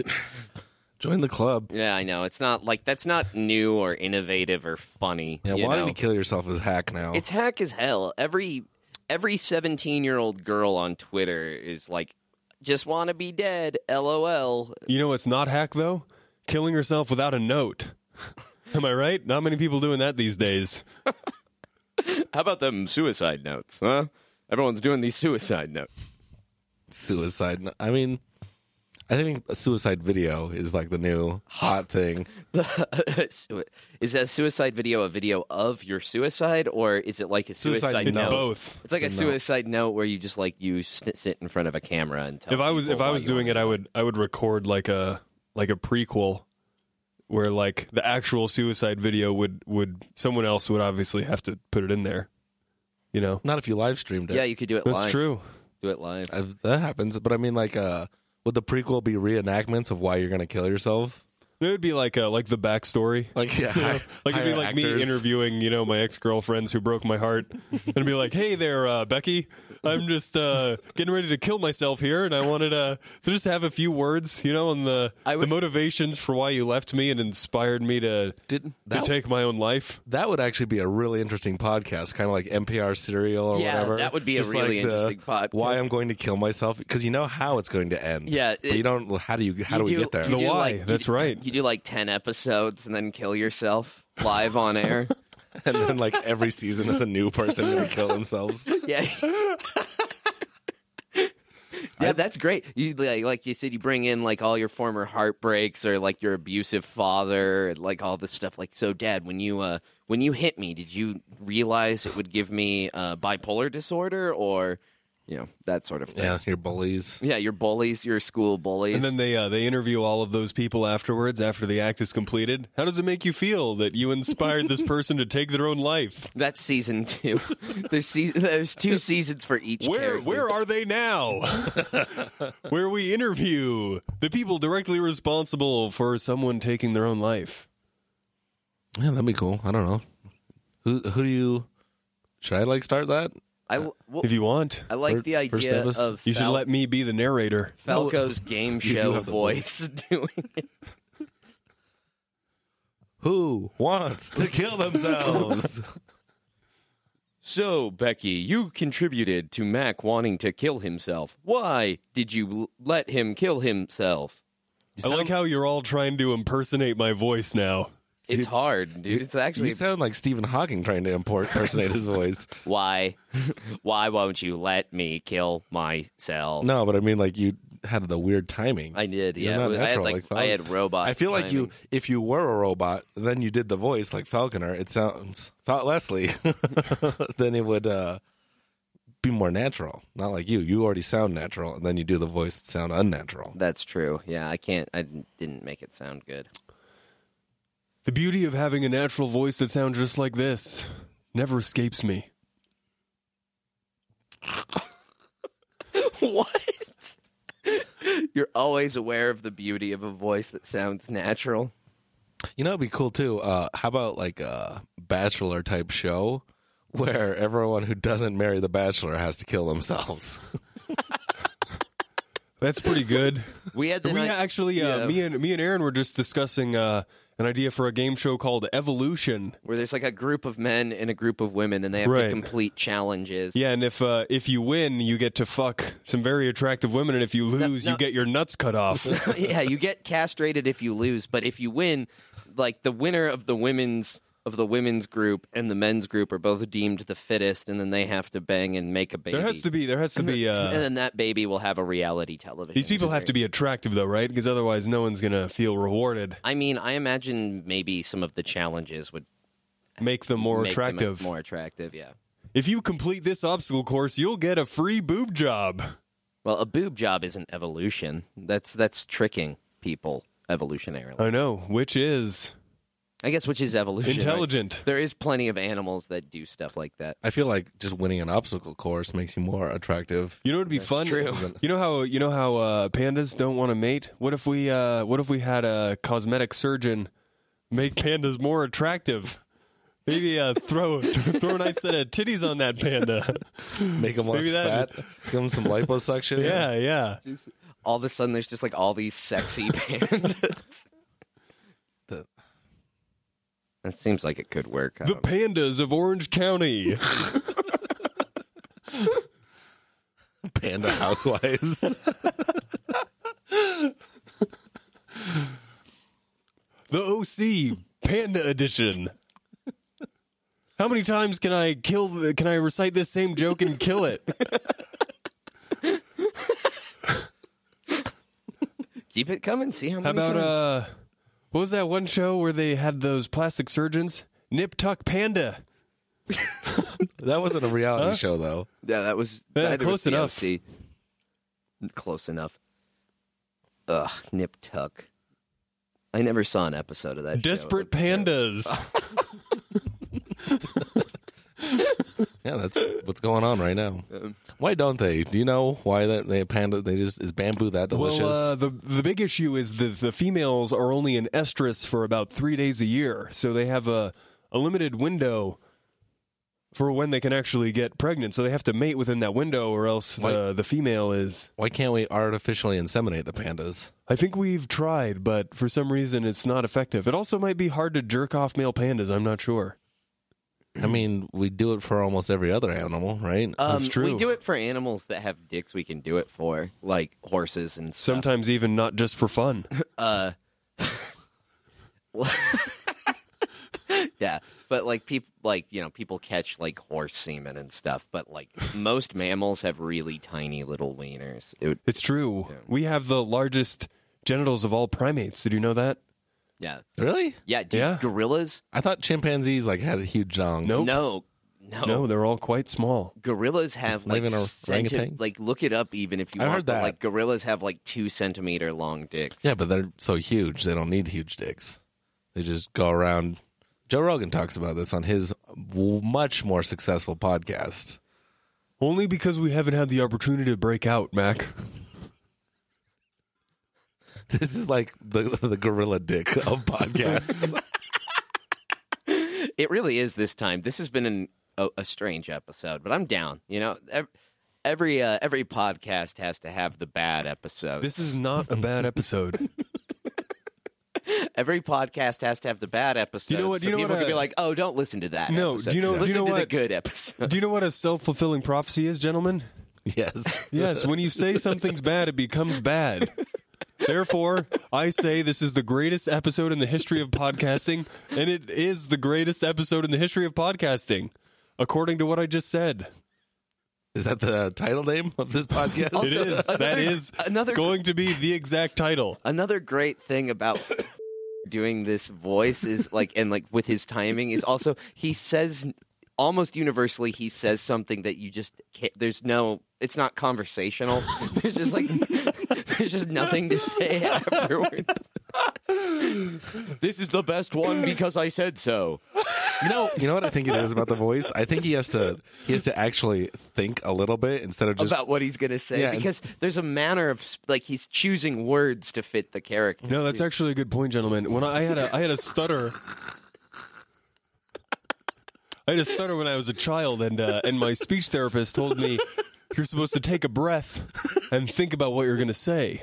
Speaker 3: Join the club.
Speaker 2: Yeah, I know. It's not like that's not new or innovative or funny.
Speaker 3: Yeah,
Speaker 2: you
Speaker 3: why
Speaker 2: know?
Speaker 3: did you kill yourself as hack now?
Speaker 2: It's hack as hell. Every every 17-year-old girl on Twitter is like just want to be dead. LOL.
Speaker 1: You know what's not hack though? Killing herself without a note. <laughs> Am I right? Not many people doing that these days.
Speaker 2: How about them suicide notes, huh? Everyone's doing these suicide notes.
Speaker 3: suicide. no- I mean, I think a suicide video is like the new hot thing.
Speaker 2: <laughs> is a suicide video a video of your suicide, or is it like a
Speaker 3: Suicide
Speaker 2: suicide,
Speaker 1: It's
Speaker 2: note?
Speaker 3: No.
Speaker 1: both.
Speaker 2: It's like a
Speaker 3: It's a note.
Speaker 2: suicide note where you just like you st- sit in front of a camera and tell.
Speaker 1: If I was
Speaker 2: people
Speaker 1: if I
Speaker 2: why
Speaker 1: was
Speaker 2: you
Speaker 1: doing
Speaker 2: wanna-
Speaker 1: it, I would I would record like a like a prequel where like the actual suicide video would would someone else would obviously have to put it in there. You know.
Speaker 3: Not if you live streamed it.
Speaker 2: yeah, you could do it.
Speaker 1: That's
Speaker 2: live.
Speaker 1: true.
Speaker 2: Do it live.
Speaker 3: i that happens. But I mean, like, uh, would the prequel be reenactments of why you're gonna kill yourself?
Speaker 1: It would be like uh, like the backstory.
Speaker 3: <laughs> Like, yeah, hi-
Speaker 1: Like it'd be
Speaker 3: hire
Speaker 1: like me
Speaker 3: actors.
Speaker 1: interviewing, you know, my ex girlfriends who broke my heart, and be like, "Hey there, uh, Becky, I'm just uh, getting ready to kill myself here, and I wanted uh, to just have a few words, you know, on the
Speaker 2: I would-
Speaker 1: the motivations for why you left me and inspired me to
Speaker 3: Did-
Speaker 1: to
Speaker 3: that,
Speaker 1: take my own life."
Speaker 3: that would actually be a really interesting podcast, kind of like NPR Serial or
Speaker 2: Yeah,
Speaker 3: whatever.
Speaker 2: that would be a
Speaker 3: Just
Speaker 2: really
Speaker 3: like the
Speaker 2: interesting podcast.
Speaker 3: Why I'm going to kill myself because you know how it's going to end.
Speaker 2: Yeah,
Speaker 3: but
Speaker 2: it-
Speaker 3: you don't. well, How do you? How
Speaker 2: You
Speaker 3: do we get there?
Speaker 2: you
Speaker 1: The why,
Speaker 2: you
Speaker 1: that's
Speaker 2: do-
Speaker 1: right.
Speaker 2: You do like ten episodes and then kill yourself live on
Speaker 1: <laughs>
Speaker 2: air.
Speaker 3: <laughs> and then like every season is a new person
Speaker 2: <laughs>
Speaker 3: gonna kill themselves.
Speaker 1: <laughs>
Speaker 2: Yeah. Yeah, that's great. You like, like you said, you bring in like all your former heartbreaks or like your abusive father and like all this stuff. Like, so, Dad, when you uh, when you hit me, did you realize it would give me uh, bipolar disorder or you know that sort of thing?
Speaker 3: Yeah, your bullies.
Speaker 2: Yeah, your bullies, your school bullies.
Speaker 1: And then they uh, they interview all of those people afterwards after the act is completed. How does it make you feel that you inspired
Speaker 2: <laughs>
Speaker 1: this person to take their own life?
Speaker 2: that's
Speaker 1: <laughs>
Speaker 2: season two. there's se- there's two seasons for each.
Speaker 1: Where
Speaker 2: character.
Speaker 1: where are they
Speaker 2: <laughs>
Speaker 1: now? where we interview the people directly responsible for someone taking their own life.
Speaker 3: Yeah, that'd be cool. I don't know. Who who do you should I like start that?
Speaker 2: I, well,
Speaker 1: If you want,
Speaker 2: I like
Speaker 3: First-
Speaker 2: the
Speaker 3: first
Speaker 2: idea
Speaker 3: episode.
Speaker 2: of
Speaker 1: you should
Speaker 2: Fal-
Speaker 1: let me be the narrator. <laughs>
Speaker 2: Falco's game
Speaker 3: do
Speaker 2: show
Speaker 3: have the
Speaker 2: voice <laughs> doing it.
Speaker 3: Who wants to kill <laughs> themselves?
Speaker 2: So, Becky, you contributed to Mac wanting to kill himself. Why did you l- let him kill himself?
Speaker 1: I like how you're all trying to impersonate my voice now.
Speaker 2: It's hard, dude. It's actually
Speaker 3: You sound like Stephen Hawking trying to import impersonate
Speaker 2: <laughs>
Speaker 3: his voice. <laughs>
Speaker 2: why why won't you let me kill myself?
Speaker 3: No, but I mean, like you had the weird timing.
Speaker 2: I did,
Speaker 3: You're
Speaker 2: yeah.
Speaker 3: not
Speaker 2: I had
Speaker 3: natural,
Speaker 2: like,
Speaker 3: like
Speaker 2: I had robot.
Speaker 3: I feel like you, if you were a robot, then you did the voice like Falconer. It sounds thought <laughs> Leslie. then it would uh, be more natural. Not like you. You already sound natural, and then you do the voice that sound unnatural.
Speaker 2: That's true. Yeah, I can't. I didn't make it sound good. <laughs>
Speaker 1: The beauty of having a natural voice that sounds just like this never escapes me.
Speaker 2: what? You're always aware of the beauty of a voice that sounds natural.
Speaker 3: You know, it'd be cool too. Uh, how about like a bachelor type show where everyone who doesn't marry the bachelor has to kill themselves? <laughs>
Speaker 1: That's pretty
Speaker 2: <laughs>
Speaker 1: good.
Speaker 2: We had the
Speaker 1: we
Speaker 2: night-
Speaker 1: actually, uh,
Speaker 2: yeah,
Speaker 1: me and me and Aaron were just discussing uh, an idea for a game show called Evolution.
Speaker 2: where there's like a group of men and a group of women, and they have to
Speaker 1: Right.
Speaker 2: complete challenges.
Speaker 1: Yeah, and if uh, if you win, you get to fuck some very attractive women, and if you lose,
Speaker 2: no.
Speaker 1: you get your nuts cut
Speaker 2: <laughs>
Speaker 1: off.
Speaker 2: <laughs> yeah, you get castrated if you lose, but if you win, like the winner of the women's of the women's group and the men's group are both deemed the fittest, and then they have to bang and make a baby.
Speaker 1: there has to be there has to be
Speaker 2: and
Speaker 1: uh,
Speaker 2: then that baby will have a reality television.
Speaker 1: these people have to be attractive though, right? Because otherwise, no one's gonna feel rewarded.
Speaker 2: I mean, I imagine maybe some of the challenges would
Speaker 1: Make them more
Speaker 2: make them
Speaker 1: attractive.
Speaker 2: more attractive. Yeah.
Speaker 1: If you complete this obstacle course, you'll get a free boob job.
Speaker 2: Well, a boob job isn't evolution. That's that's tricking people evolutionarily.
Speaker 1: I know, which is
Speaker 2: I guess which is evolution. right?
Speaker 1: intelligent.
Speaker 2: There is plenty of animals that do stuff like that.
Speaker 3: I feel like just winning an obstacle course makes you more attractive.
Speaker 1: You know what'd be fun?
Speaker 2: true.
Speaker 1: You know how you know how uh, pandas don't want to mate? What if we uh, what if we had a cosmetic surgeon make pandas more attractive? Maybe uh, throw <laughs> throw a nice set of titties on that panda.
Speaker 3: Make them less
Speaker 1: Maybe
Speaker 3: fat.
Speaker 1: that-
Speaker 3: Give them some
Speaker 1: <laughs>
Speaker 3: liposuction.
Speaker 1: Yeah, yeah.
Speaker 2: All of a sudden, there's just like all
Speaker 1: <laughs>
Speaker 2: these sexy pandas.
Speaker 3: The-
Speaker 2: that seems like it could work. I
Speaker 1: The
Speaker 2: don't know.
Speaker 1: pandas of Orange County.
Speaker 3: Panda housewives. <laughs>
Speaker 1: The OC Panda Edition. How many times can I kill? The, can I recite this same joke and kill it?
Speaker 2: Keep it coming. See how many
Speaker 1: How about
Speaker 2: times.
Speaker 1: uh, what was that one show where they had those plastic surgeons? Nip Tuck Panda.
Speaker 3: that wasn't a reality show though.
Speaker 2: yeah, that was
Speaker 1: Yeah,
Speaker 2: that
Speaker 1: close
Speaker 2: was
Speaker 1: enough.
Speaker 2: See, close enough. Ugh, nip tuck. I never saw an episode of that. show. It
Speaker 1: Desperate
Speaker 2: looked terrible.
Speaker 1: Pandas.
Speaker 3: Yeah, that's what's going on right now. Why don't they? Do you know why that they panda? They just is bamboo that delicious?
Speaker 1: Well, uh, the the big issue is that the females are only in estrus for about three days a year, so they have a a limited window for when they can actually get pregnant. So they have to mate within that window, or else the the female is.
Speaker 3: why can't we artificially inseminate the pandas?
Speaker 1: I think we've tried, but for some reason it's not effective. It also might be hard to jerk off male pandas. I'm not sure. Hmm.
Speaker 3: I mean, we do it for almost every other animal, right?
Speaker 2: Um,
Speaker 1: That's
Speaker 2: We
Speaker 1: true.
Speaker 2: do it for animals that have dicks. We can do it for like horses and stuff.
Speaker 1: Sometimes even not just for fun.
Speaker 2: Yeah, but like people, like you know, people catch like horse semen and stuff. But like most mammals have really tiny little wieners. It would,
Speaker 1: It's true. We have the largest genitals of all primates. Did you know that?
Speaker 2: yeah,
Speaker 3: really?
Speaker 2: yeah, dude,
Speaker 1: Yeah.
Speaker 2: Gorillas?
Speaker 3: I thought chimpanzees like had huge dongs.
Speaker 1: Nope.
Speaker 2: No, no,
Speaker 1: No, they're all quite small.
Speaker 2: Gorillas have
Speaker 3: Not
Speaker 2: like
Speaker 3: even or-
Speaker 2: centi-
Speaker 3: orangutans?
Speaker 2: like look it up even if you
Speaker 3: I
Speaker 2: want.
Speaker 3: heard
Speaker 2: but,
Speaker 3: that.
Speaker 2: like gorillas have like two centimeter long dicks.
Speaker 3: Yeah, but they're so huge they don't need huge dicks. They just go around. Joe Rogan talks about this on his w- much more successful podcast. <laughs>
Speaker 1: Only because we haven't had the opportunity to break out, Mac.
Speaker 3: This is like the the gorilla dick
Speaker 1: <laughs>
Speaker 3: of podcasts.
Speaker 2: It really is this time. This has been an, a, a strange episode, but I'm down. You know, ev- every uh, every podcast has to have the bad episode.
Speaker 1: This is not a bad episode.
Speaker 2: Every podcast has to have the bad episode.
Speaker 1: know what- do
Speaker 2: so
Speaker 1: you know
Speaker 2: people
Speaker 1: what
Speaker 2: can be
Speaker 1: I-
Speaker 2: like, "Oh, don't listen to that."
Speaker 1: No,
Speaker 2: episode.
Speaker 1: do you know- do you
Speaker 2: Listen
Speaker 1: know
Speaker 2: to the
Speaker 1: what-
Speaker 2: good episode.
Speaker 1: <laughs>
Speaker 2: <laughs>
Speaker 1: Do you know what a self fulfilling prophecy is, gentlemen?
Speaker 3: yes.
Speaker 1: Yes, when you say something's bad, it becomes bad. Therefore, I say this is the greatest episode in the history of podcasting, and it is the greatest episode in the history of podcasting, according to what I just said.
Speaker 3: Is that the title name of this podcast?
Speaker 1: It is. that is
Speaker 2: another-
Speaker 1: going to be the exact title.
Speaker 2: Another great thing about <laughs> doing this voice is like, and like with his timing is also he says almost universally he says something that you just can't, there's no it's not conversational. <laughs> There's just like there's just nothing to
Speaker 1: <laughs>
Speaker 2: say afterwards. this is the best one because I said so.
Speaker 3: You know, you know what I think it is about the voice. I think he has to he has to actually think a little bit instead of just
Speaker 2: about what he's gonna say
Speaker 3: Yeah, it's-
Speaker 2: because there's a manner of sp- like he's choosing words to fit the character.
Speaker 1: No, that's actually a good point, gentlemen. When I had a I had a stutter. I had a stutter when I was a child, and uh, and my speech therapist told me you're supposed to take a breath and think about what you're going to say.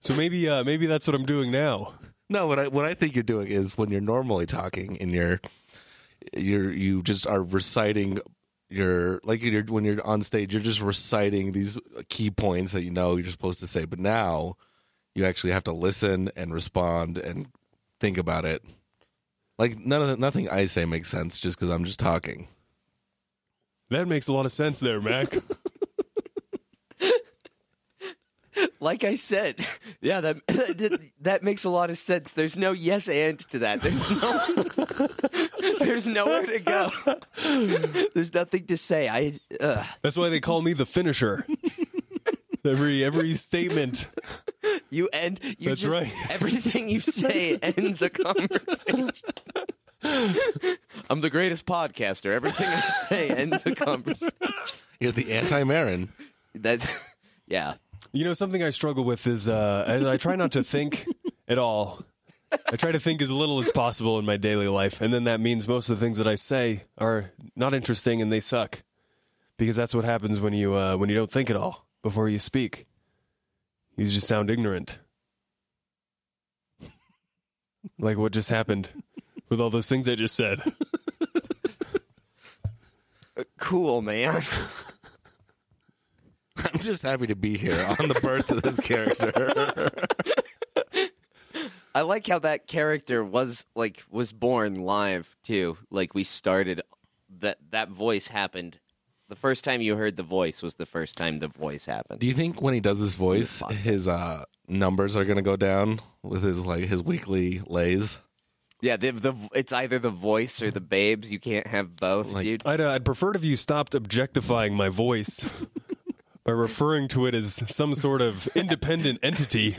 Speaker 1: So maybe uh, maybe that's what I'm doing now.
Speaker 3: No, what I what I think you're doing is when you're normally talking and you're you're you just are reciting your like you're, when you're on stage you're just reciting these key points that you know you're supposed to say, but now you actually have to listen and respond and think about it. Like none of the, nothing I say makes sense just because I'm just talking.
Speaker 1: That makes a lot of sense there, Mac.
Speaker 2: <laughs> Like I said, <laughs> yeah, that, <coughs> that that makes a lot of sense. There's no yes and to that. There's no <laughs> there's nowhere to go. <laughs> There's nothing to say. I uh,
Speaker 1: That's why they call me the finisher. Every every statement.
Speaker 2: you end. You
Speaker 1: That's
Speaker 2: just,
Speaker 1: right.
Speaker 2: <laughs> Everything you <laughs> say ends a conversation. <laughs> I'm the greatest podcaster. Everything I say ends a <laughs> conversation.
Speaker 3: Here's the anti-Marin.
Speaker 2: That's yeah.
Speaker 1: You know, something I struggle with is uh, I, I try not to think at all. I try to think as little as possible in my daily life, and then that means most of the things that I say are not interesting and they suck, because that's what happens when you uh, when you don't think at all before you speak. You just sound ignorant, like what just happened with all those things I just said.
Speaker 2: Cool, man.
Speaker 3: <laughs> I'm just happy to be here <laughs> on the birth of this character.
Speaker 2: I like how that character was like was born live too. Like we started that that voice happened. The first time you heard the voice was the first time the voice happened.
Speaker 3: Do you think when he does this voice, his uh, numbers are gonna go down with his like his weekly lays?
Speaker 2: Yeah, the, the it's either the voice or the babes. You can't have both,
Speaker 3: Like-
Speaker 2: dude. <laughs>
Speaker 1: I'd, uh, I'd prefer if you stopped objectifying my voice <laughs> by referring to it as some sort of independent entity.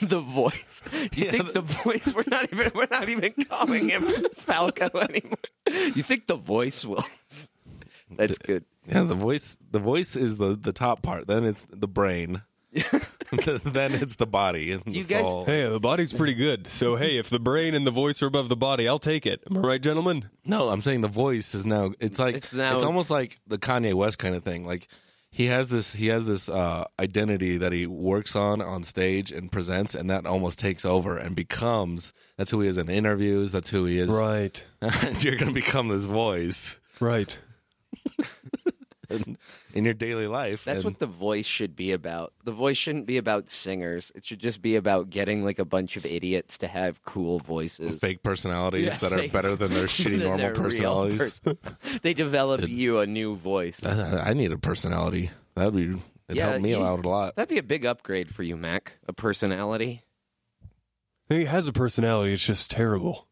Speaker 2: The voice. You think the voice? We're not even we're not even calling
Speaker 3: <laughs>
Speaker 2: him Falco anymore. You think the voice will? That's good.
Speaker 3: Yeah, the voice the voice is the the top part. Then it's
Speaker 2: <laughs>
Speaker 3: the brain. <laughs> then it's the body and
Speaker 2: You
Speaker 3: the
Speaker 2: guys-
Speaker 3: soul.
Speaker 1: Hey, the body's pretty good. So, hey, if the brain and the voice are above the body, I'll take it. Am I right, gentlemen?
Speaker 3: No, I'm saying the voice is now. It's like
Speaker 2: It's
Speaker 3: it's,
Speaker 2: now-
Speaker 3: almost like the Kanye West kind of thing. Like he has this he has this uh, identity that he works on on stage and presents, and that almost takes over and becomes that's who he is in interviews. That's who he is.
Speaker 1: Right.
Speaker 3: <laughs> You're gonna become this voice
Speaker 1: Right.
Speaker 3: in your daily life.
Speaker 2: That's
Speaker 3: and-
Speaker 2: what the voice should be about. The voice shouldn't be about singers. It should just be about getting like a bunch of idiots to have cool voices.
Speaker 3: fake personalities
Speaker 2: Yeah, <laughs>
Speaker 3: that
Speaker 2: fake-
Speaker 3: are better than their shitty
Speaker 2: Than
Speaker 3: normal
Speaker 2: their real
Speaker 3: personalities.
Speaker 2: person. <laughs> they develop you a new voice.
Speaker 3: Uh, <laughs> I need a personality. That'd be it
Speaker 2: Yeah,
Speaker 3: helped me
Speaker 2: you-
Speaker 3: out a lot.
Speaker 2: That'd be a big upgrade for you, Mac. A personality.
Speaker 1: He has a personality. It's just terrible.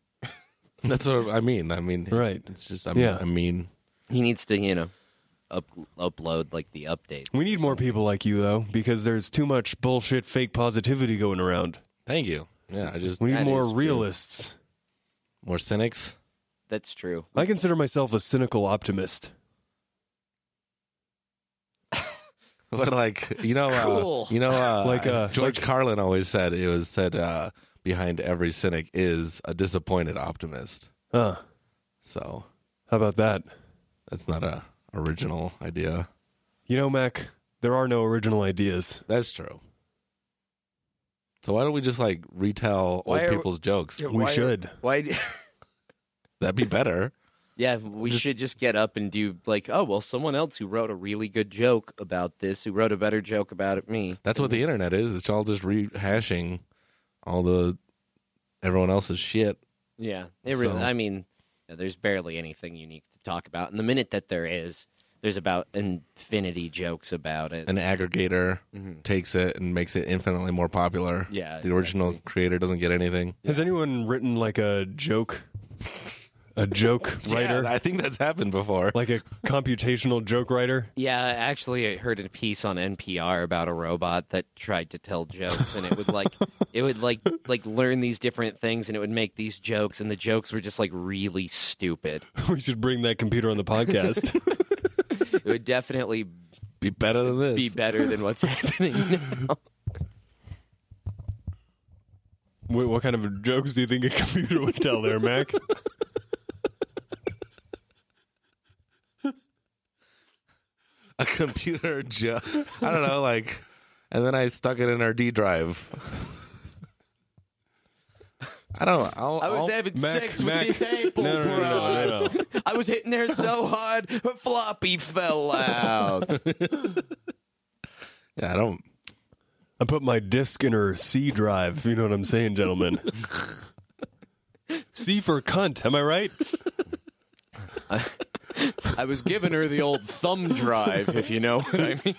Speaker 3: That's what I mean. I mean,
Speaker 1: Right.
Speaker 3: It's just I mean,
Speaker 1: Yeah.
Speaker 3: I mean,
Speaker 2: He needs to, you know, up- upload like the update.
Speaker 1: We need more people like you, though, because there's too much bullshit, fake positivity going around.
Speaker 3: thank you. Yeah, I just
Speaker 1: We need
Speaker 2: That
Speaker 1: more
Speaker 2: is true.
Speaker 1: realists.
Speaker 3: more cynics. <laughs>
Speaker 2: That's true.
Speaker 1: I consider myself a cynical optimist.
Speaker 3: But like you know, uh,
Speaker 2: Cool.
Speaker 3: you know, uh,
Speaker 1: <laughs> Like, uh,
Speaker 3: George Carlin always said, it was said uh, behind every cynic is a disappointed optimist.
Speaker 1: Huh.
Speaker 3: So
Speaker 1: How about that?
Speaker 3: that's not a original idea.
Speaker 1: You know, Mac, there are no original ideas.
Speaker 3: That's true. So why don't we just like retell
Speaker 2: Why
Speaker 3: old
Speaker 2: are-
Speaker 3: people's jokes?
Speaker 1: We
Speaker 2: Why-
Speaker 1: should.
Speaker 2: Why? d- <laughs>
Speaker 3: That'd be better.
Speaker 2: Yeah, we should just get up and do like, oh well, someone else who wrote a really good joke about this, who wrote a better joke about it, me.
Speaker 3: That's what the internet is. It's all just rehashing all the everyone else's shit.
Speaker 2: Yeah, it really.
Speaker 3: So-
Speaker 2: I mean, there's barely anything unique to talk about, and the minute that there is, there's about infinity jokes about it.
Speaker 3: An aggregator takes it and makes it infinitely more popular.
Speaker 2: Mm-hmm. Yeah,
Speaker 3: the original creator doesn't get anything.
Speaker 1: Has anyone written like a joke, a joke writer,
Speaker 3: Yeah, I think that's happened before.
Speaker 1: like a computational joke writer? <laughs>
Speaker 2: yeah, actually, I heard a piece on NPR about a robot that tried to tell jokes, and it would like, <laughs> it would like, like learn these different things, and it would make these jokes, and the jokes were just like really stupid.
Speaker 1: We should bring that computer on the podcast.
Speaker 2: It
Speaker 1: <laughs>
Speaker 2: would definitely
Speaker 3: be better than this.
Speaker 2: be better than what's <laughs> happening now.
Speaker 1: what, what kind of jokes do you think a computer would tell there, Mac?
Speaker 3: <laughs> a computer joke. I don't know, like, and then I stuck it in our D drive. I don't. know. I'll,
Speaker 2: I was
Speaker 3: I'll-
Speaker 2: having
Speaker 1: Mac,
Speaker 2: sex
Speaker 1: Mac.
Speaker 2: with this apple,
Speaker 1: No, no, no, no, no, no, no.
Speaker 2: I was hitting there so hard, her floppy fell out.
Speaker 3: yeah, I don't. <laughs>
Speaker 1: I put my disc in her C drive. You know what I'm saying, gentlemen? C for cunt. Am I right?
Speaker 2: I was giving her the old thumb drive, if you know what I mean.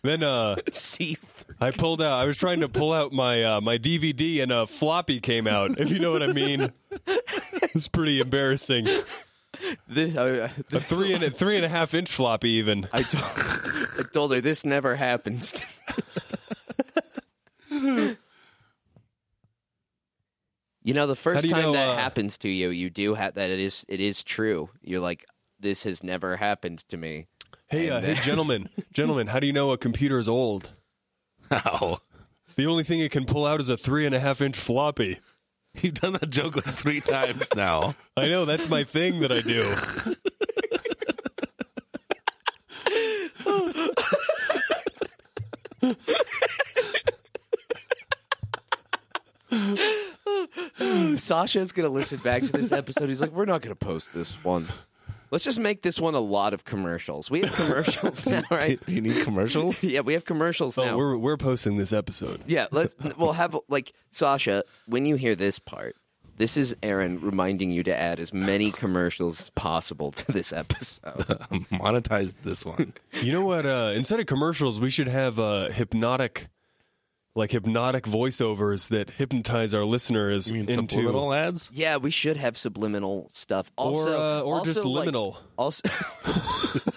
Speaker 1: Then uh,
Speaker 2: See,
Speaker 1: I pulled out. I was trying to pull out my uh, my DVD, and a floppy came out. If you know what I mean. It's pretty embarrassing.
Speaker 2: this, I,
Speaker 1: A three and a three and a half inch floppy, even.
Speaker 2: I, told, I told her this never happens. to me." you know, the
Speaker 1: How
Speaker 2: first
Speaker 1: do you
Speaker 2: time
Speaker 1: know,
Speaker 2: that
Speaker 1: uh,
Speaker 2: happens to you, you do have that. It is, it is true. You're like, this has never happened to me.
Speaker 1: Hey, uh, hey, gentlemen,
Speaker 3: <laughs>
Speaker 1: gentlemen, how do you know a computer is old?
Speaker 3: How
Speaker 1: The only thing it can pull out is a three and a half inch floppy.
Speaker 3: you've done that joke like three times
Speaker 1: <laughs>
Speaker 3: now.
Speaker 1: I know that's my thing that I
Speaker 3: <laughs>
Speaker 1: do.
Speaker 2: Sasha's gonna listen back to this episode. He's like, we're not gonna post this one. Let's just make this one a lot of commercials. We have <laughs> commercials now,
Speaker 3: Do,
Speaker 2: right?
Speaker 3: do you need commercials?
Speaker 2: Yeah, we have commercials
Speaker 1: Oh,
Speaker 2: now.
Speaker 1: we're we're posting this episode. <laughs>
Speaker 2: yeah, let's. We'll have like Sasha. When you hear this part, this is Aaron reminding you to add as
Speaker 1: <laughs>
Speaker 2: many commercials as possible to this
Speaker 1: Oh.
Speaker 2: episode.
Speaker 3: Monetize this one.
Speaker 1: You know what? Uh, instead of commercials, we should have uh, hypnotic, like hypnotic voiceovers that hypnotize our listeners into
Speaker 3: subliminal ads? <laughs>
Speaker 2: Yeah, we should have subliminal stuff. Also,
Speaker 1: uh, or
Speaker 2: also,
Speaker 1: just
Speaker 2: like,
Speaker 1: liminal.
Speaker 2: also. <laughs>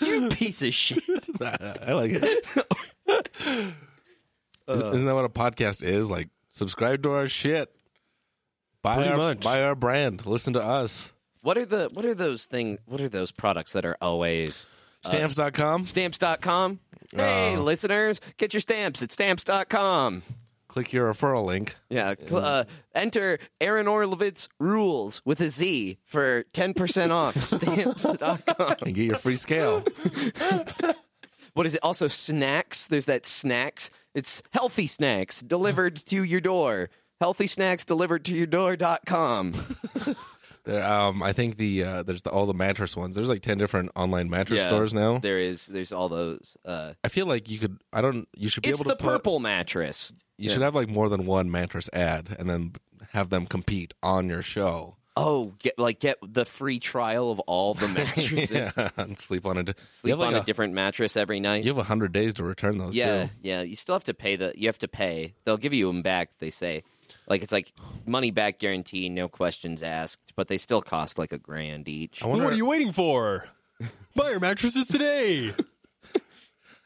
Speaker 2: You piece of shit.
Speaker 3: I
Speaker 1: <laughs>
Speaker 3: like it. Isn't- Isn't that what a podcast is? Like, subscribe to our shit. Buy
Speaker 1: Pretty
Speaker 3: our,
Speaker 1: much.
Speaker 3: buy our brand. Listen to us.
Speaker 2: What are the what are those things? What are those products that are always
Speaker 3: Stamps.com.
Speaker 2: stamps.com?
Speaker 1: Oh.
Speaker 2: Hey, listeners, get your stamps at stamps.com.
Speaker 3: Click your referral link.
Speaker 2: Yeah, cl- uh, enter Aaron Orlovitz rules with a Z for 10%
Speaker 3: <laughs>
Speaker 2: off stamps.com.
Speaker 3: and get your
Speaker 2: <laughs>
Speaker 3: free scale.
Speaker 2: What is it? Also, snacks. There's that snacks. It's healthy snacks delivered to your door. Healthy snacks delivered to your door.com.
Speaker 3: There, um, I think the uh, there's the, all the mattress ones. There's like ten different online mattress stores now.
Speaker 2: There is, there's all those. Uh,
Speaker 3: I feel like you could. I don't. You should be
Speaker 2: it's
Speaker 3: able to.
Speaker 2: the
Speaker 3: put-
Speaker 2: purple mattress.
Speaker 3: You should have like more than one mattress ad, and then have them compete on
Speaker 2: <laughs>
Speaker 3: your show.
Speaker 2: Oh, get like get the free trial of all
Speaker 3: <laughs>
Speaker 2: the mattresses.
Speaker 3: Yeah, and sleep on it.
Speaker 2: Sleep on a, different mattress every night.
Speaker 3: You have hundred days to return those.
Speaker 2: yeah,
Speaker 3: too.
Speaker 2: yeah. You still have to pay the. You have to pay. They'll give you them back. They say, like it's like money back guarantee, no questions asked. But they still cost like a grand each.
Speaker 3: I wonder.
Speaker 1: What are you waiting
Speaker 3: <laughs>
Speaker 1: for? Buy your mattresses today.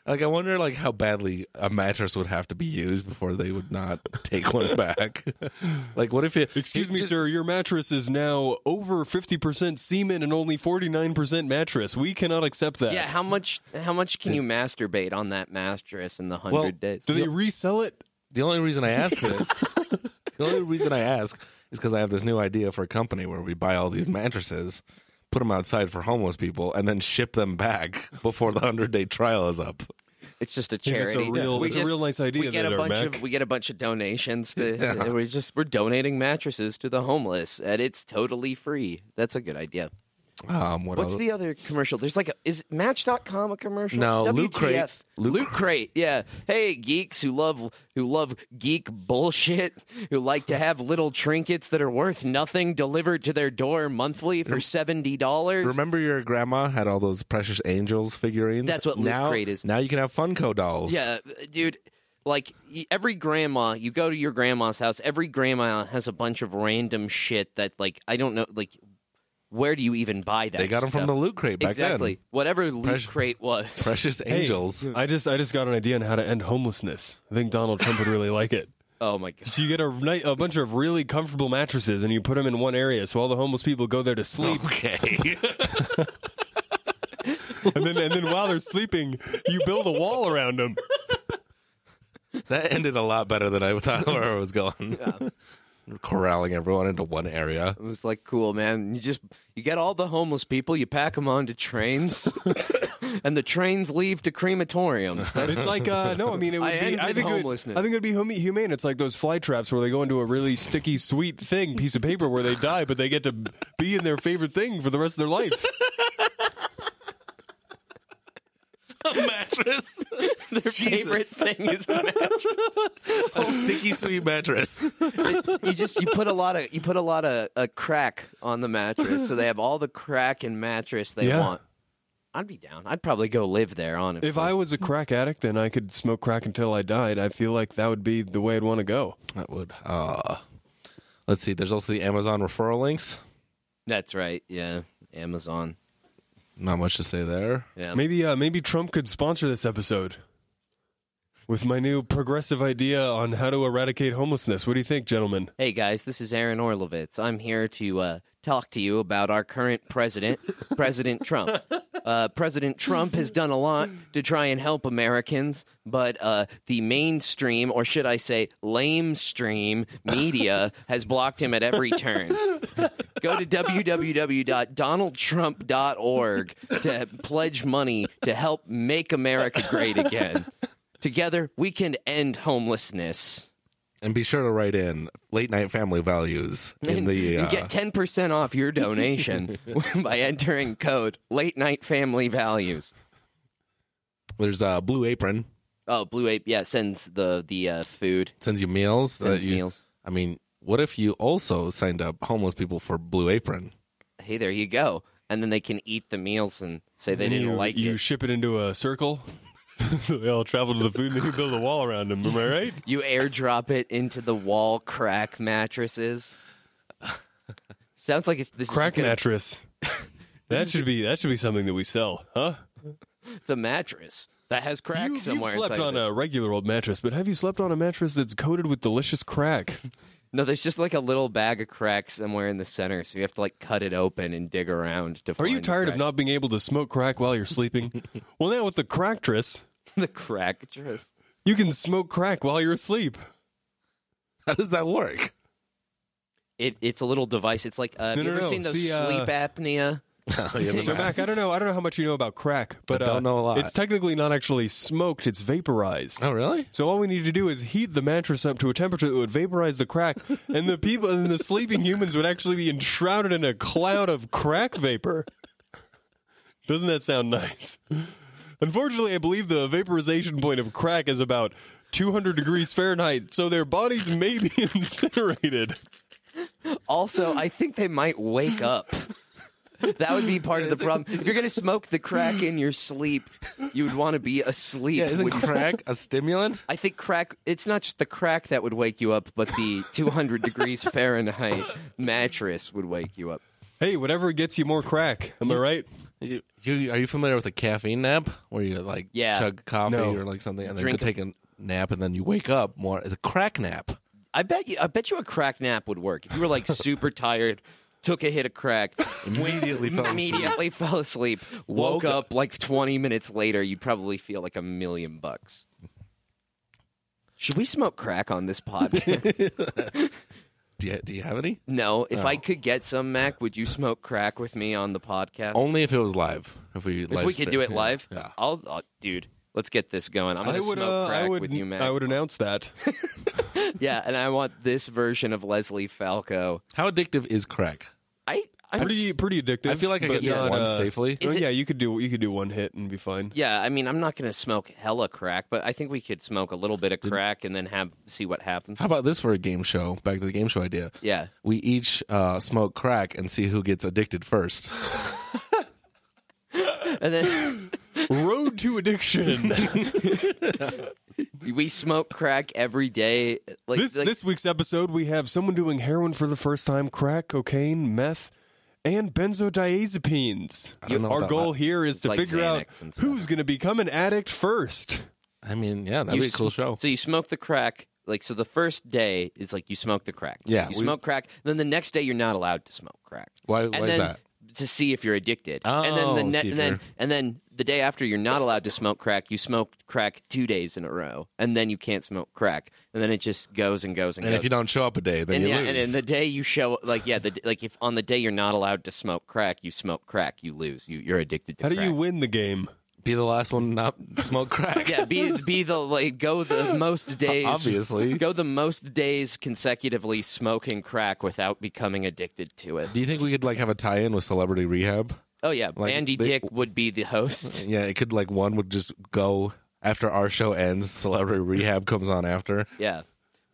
Speaker 3: Like I wonder like how badly a mattress would have to be used before they would not <laughs> take one back. <laughs> like what if you?
Speaker 1: Excuse
Speaker 3: you
Speaker 1: me,
Speaker 3: just-
Speaker 1: sir. Your mattress is now over fifty percent semen and only forty nine percent mattress. We cannot accept that.
Speaker 2: Yeah, how much? How much can you masturbate on that mattress in the hundred
Speaker 3: Well,
Speaker 2: days?
Speaker 1: Do they resell it?
Speaker 3: The only reason I ask
Speaker 2: <laughs>
Speaker 3: this, the only reason I ask is because I have this new idea for a company where we buy all these mattresses, put them outside for homeless people, and then ship them back <laughs> before the hundred day trial is up.
Speaker 2: It's just a
Speaker 1: it's a
Speaker 2: charity.
Speaker 1: real-
Speaker 2: we
Speaker 1: it's a real nice idea
Speaker 2: We get
Speaker 1: there,
Speaker 2: a bunch
Speaker 1: Mac.
Speaker 2: of we get a bunch of
Speaker 1: <laughs>
Speaker 2: donations. To, We're just we're donating mattresses to the homeless, and it's totally free. That's a good idea.
Speaker 3: Um, what
Speaker 2: What's
Speaker 3: else?
Speaker 2: the other commercial? There's like a is Match.com a commercial?
Speaker 3: No, Loot Crate.
Speaker 2: WTF. Loot, Crate. Yeah. Hey, geeks who love who love geek bullshit, <laughs> who like to have little trinkets that are worth nothing delivered to their door monthly for seventy dollars.
Speaker 3: Remember your grandma had all those precious angels figurines?
Speaker 2: That's what Loot
Speaker 3: now,
Speaker 2: Crate is.
Speaker 3: Now you can have Funko dolls.
Speaker 2: Yeah, dude. Like y- every grandma, you go to your grandma's house. Every grandma has a bunch of random shit that, like, I don't know, like, where do you even buy that?
Speaker 3: They got them from
Speaker 2: stuff?
Speaker 3: the Loot Crate back
Speaker 2: exactly whatever loot
Speaker 3: Precious-
Speaker 2: crate was.
Speaker 3: then. Precious <laughs> angels.
Speaker 1: I just I just got an idea on how to end homelessness. I think Donald Trump would really like it.
Speaker 2: Oh my
Speaker 1: <laughs>
Speaker 2: god.
Speaker 1: So you get a, ni- a bunch of really comfortable mattresses and you put them in one area, so all the homeless people go there to sleep, <laughs>
Speaker 3: Okay.
Speaker 1: and then and then while they're sleeping, you build a wall around them.
Speaker 3: <laughs> that ended a lot better than I thought where I was going. <laughs> Corralling everyone into one area.
Speaker 2: It was like cool, man. You just you get all the homeless people, you pack them onto <laughs> trains, and the trains leave to crematoriums. <laughs> That's
Speaker 1: It's like uh, no, I mean
Speaker 2: <laughs>
Speaker 1: it would
Speaker 2: I
Speaker 1: be.
Speaker 2: ended
Speaker 1: I think It
Speaker 2: homelessness.
Speaker 1: would, I think it'd be hum- humane. It's like those fly traps where they go into a really sticky, sweet thing, piece of paper where they die, but they get to be in their favorite thing for the rest of their
Speaker 2: <laughs>
Speaker 1: life.
Speaker 3: <laughs> mattress.
Speaker 2: their favorite thing is a mattress.
Speaker 3: a sticky sweet mattress.
Speaker 2: you just you put a lot of you put a lot of uh, crack on the mattress, so they have all the crack and mattress they
Speaker 1: Yeah.
Speaker 2: want. I'd be down. I'd probably go live there, honestly.
Speaker 1: If I was a crack addict and I could smoke crack until I died, I feel like that would be the way I'd want to go.
Speaker 3: <laughs> That would. Uh, let's see. There's also the Amazon referral links.
Speaker 2: That's right. Yeah, Amazon.
Speaker 3: Not much to say there.
Speaker 2: Yeah.
Speaker 1: Maybe uh, maybe Trump could sponsor this episode with my new progressive idea on how to eradicate homelessness. What do you think, gentlemen?
Speaker 2: Hey guys, this is Aaron Orlovitz. I'm here to uh, talk to you about our current president, President Trump. Uh, president Trump has done a lot to try and help Americans, but uh, the mainstream, or should I say, lame stream media has blocked him at every turn. Go to www.donaldtrump.org to pledge money to help make America great again. Together, we can end homelessness.
Speaker 3: And be sure to write in late night family <laughs> values in
Speaker 2: and,
Speaker 3: the.
Speaker 2: and
Speaker 3: Uh,
Speaker 2: get 10% off
Speaker 1: <laughs>
Speaker 2: your donation <laughs> by entering code late night family values
Speaker 3: there's uh, Blue Apron
Speaker 2: oh blue ape yeah sends the the uh, food
Speaker 3: sends you meals. that
Speaker 2: sends
Speaker 3: you-
Speaker 2: meals
Speaker 3: I mean, what if you also signed up homeless people for Blue Apron? <laughs>
Speaker 2: hey there you go and then they can eat the meals and say they didn't
Speaker 1: you,
Speaker 2: like
Speaker 1: you
Speaker 2: it
Speaker 1: ship it into a circle. <laughs> so they all travel to the food and then you build a wall around them. Am I right?
Speaker 2: you airdrop it into the wall crack mattresses <laughs> sounds like it's this is
Speaker 1: Crack
Speaker 2: just gonna-
Speaker 1: mattress. <laughs> That should be that should be something that we sell, huh?
Speaker 2: it's a mattress that has crack
Speaker 1: You, have
Speaker 2: somewhere
Speaker 1: slept
Speaker 2: inside
Speaker 1: on
Speaker 2: of it.
Speaker 1: a regular old mattress, but have you slept on a mattress that's coated with delicious crack?
Speaker 2: no there's just like a little bag of crack somewhere in the center so you have to like cut it open and dig around to
Speaker 1: Are
Speaker 2: find
Speaker 1: you
Speaker 2: the
Speaker 1: tired of
Speaker 2: crack.
Speaker 1: not being able to smoke crack while you're sleeping? well, now with the cracktress,
Speaker 2: <laughs> the crack mattress
Speaker 1: you can smoke crack while you're asleep.
Speaker 3: How does that <laughs> work?
Speaker 2: It, it's a little device. It's like uh, have
Speaker 1: No,
Speaker 2: you
Speaker 1: no,
Speaker 2: ever
Speaker 1: no.
Speaker 2: seen those
Speaker 1: See, uh,
Speaker 2: sleep apnea?
Speaker 3: Oh, <laughs>
Speaker 1: So Mac, I don't know. I don't know how much you know about crack, but
Speaker 3: I don't
Speaker 1: uh,
Speaker 3: know a lot.
Speaker 1: It's technically not actually smoked; it's vaporized.
Speaker 3: Oh, really?
Speaker 1: So all we need to do is heat the mattress up to a temperature that would vaporize the crack, and the people and the sleeping humans would actually be enshrouded in a cloud of crack vapor. Doesn't that sound nice? Unfortunately, I believe the vaporization point of crack is about 200 degrees Fahrenheit, so their bodies may be <laughs> incinerated.
Speaker 2: Also, I think they might
Speaker 1: <laughs>
Speaker 2: wake up. That would be part of the problem. If you're going to smoke the crack in your sleep, you would want to be asleep.
Speaker 3: Yeah, isn't
Speaker 2: with-
Speaker 3: crack a <laughs> stimulant?
Speaker 2: I think crack, it's not just the crack that would wake you up, but the 200 degrees Fahrenheit mattress would wake you up.
Speaker 1: Hey, whatever gets you more crack, am I right?
Speaker 3: You, you, are you familiar with a caffeine nap where you like
Speaker 2: Yeah.
Speaker 3: chug coffee
Speaker 1: No.
Speaker 3: or like something and then
Speaker 2: Drink
Speaker 3: you take a nap and then you wake up more? It's a crack nap.
Speaker 2: I bet you I bet you a crack nap would work. If you were like super tired, took a hit of crack,
Speaker 3: Immediately
Speaker 2: <laughs>
Speaker 3: fell asleep.
Speaker 2: immediately fell asleep, woke
Speaker 3: Woke up.
Speaker 2: up like 20 minutes later, you'd probably feel like a million bucks. Should we smoke crack on this <laughs> podcast?
Speaker 3: Do you, do you have any?
Speaker 2: no. If I could get some, Mac, would you smoke crack with me on the podcast?
Speaker 1: Oh,
Speaker 3: Only if it was live. If we
Speaker 2: if
Speaker 3: live
Speaker 2: we could do it
Speaker 3: stream.
Speaker 2: live,
Speaker 3: Yeah. Yeah.
Speaker 2: I'll, I'll- dude. Let's get this going. I'm
Speaker 1: I
Speaker 2: gonna
Speaker 1: would,
Speaker 2: smoke
Speaker 1: uh,
Speaker 2: crack
Speaker 1: I would,
Speaker 2: with you, Mac.
Speaker 1: I would announce that.
Speaker 2: Yeah, and I want this version of Leslie Falco.
Speaker 3: How addictive is crack?
Speaker 2: I I'm
Speaker 1: pretty pretty addictive.
Speaker 3: I feel like I
Speaker 1: but
Speaker 3: could do
Speaker 1: not,
Speaker 3: one
Speaker 1: uh,
Speaker 3: safely.
Speaker 1: well,
Speaker 2: Is it-
Speaker 1: yeah, you could do you could do one hit and be fine.
Speaker 2: Yeah, I mean, I'm not going to smoke hella crack, but I think we could smoke a little bit of crack and then have see what happens.
Speaker 3: How about this for a game show? Back to the game show idea.
Speaker 2: Yeah,
Speaker 3: We each uh, smoke crack and see who gets addicted first.
Speaker 1: <laughs>
Speaker 2: and then
Speaker 1: Road to
Speaker 2: <laughs>
Speaker 1: addiction.
Speaker 2: we smoke crack every day. Like,
Speaker 1: this
Speaker 2: like-
Speaker 1: this week's episode, we have someone doing heroin for the first time, crack, cocaine, meth, and benzodiazepines.
Speaker 3: I don't know
Speaker 1: Our
Speaker 3: about
Speaker 1: goal
Speaker 3: that.
Speaker 1: here is to
Speaker 2: like
Speaker 1: figure
Speaker 2: Xanax
Speaker 1: out
Speaker 2: and stuff.
Speaker 1: who's going to become an addict first.
Speaker 3: I mean, yeah, that'd
Speaker 2: you
Speaker 3: be a cool
Speaker 2: sm-
Speaker 3: show.
Speaker 2: So you smoke the crack. Like so, the first day is like you smoke the crack.
Speaker 3: Yeah,
Speaker 2: you
Speaker 3: we-
Speaker 2: smoke crack. Then the next day, you're not allowed to smoke crack.
Speaker 3: Why-
Speaker 2: And
Speaker 3: why is
Speaker 2: then
Speaker 3: that?
Speaker 2: To see if you're addicted. and then
Speaker 3: Oh,
Speaker 2: the ne-
Speaker 3: see if
Speaker 2: and then
Speaker 3: you're-
Speaker 2: and then the day after, you're not allowed to smoke crack. You smoke crack two days in a row, and then you can't smoke crack. And then it just goes and goes and,
Speaker 3: And
Speaker 2: goes.
Speaker 3: if you don't show up a day, then
Speaker 2: and
Speaker 3: you
Speaker 2: yeah,
Speaker 3: lose.
Speaker 2: and in the day you show like yeah, the, like if on the day you're not allowed to smoke crack, you smoke crack, you lose. You you're addicted to
Speaker 1: How do
Speaker 2: crack.
Speaker 1: you win the game?
Speaker 3: be the last one to not <laughs> smoke crack.
Speaker 2: yeah, be be the like go the
Speaker 3: <laughs>
Speaker 2: most days
Speaker 3: Obviously.
Speaker 2: go the most days consecutively smoking crack without becoming addicted to it.
Speaker 3: Do you think we could like have a tie-in with Celebrity Rehab?
Speaker 2: Oh yeah,
Speaker 3: Like,
Speaker 2: Andy
Speaker 3: they-
Speaker 2: Dick would be the
Speaker 3: <laughs>
Speaker 2: host.
Speaker 3: Yeah, it could like one would just go after our show ends. Celebrity Rehab comes on after.
Speaker 2: Yeah,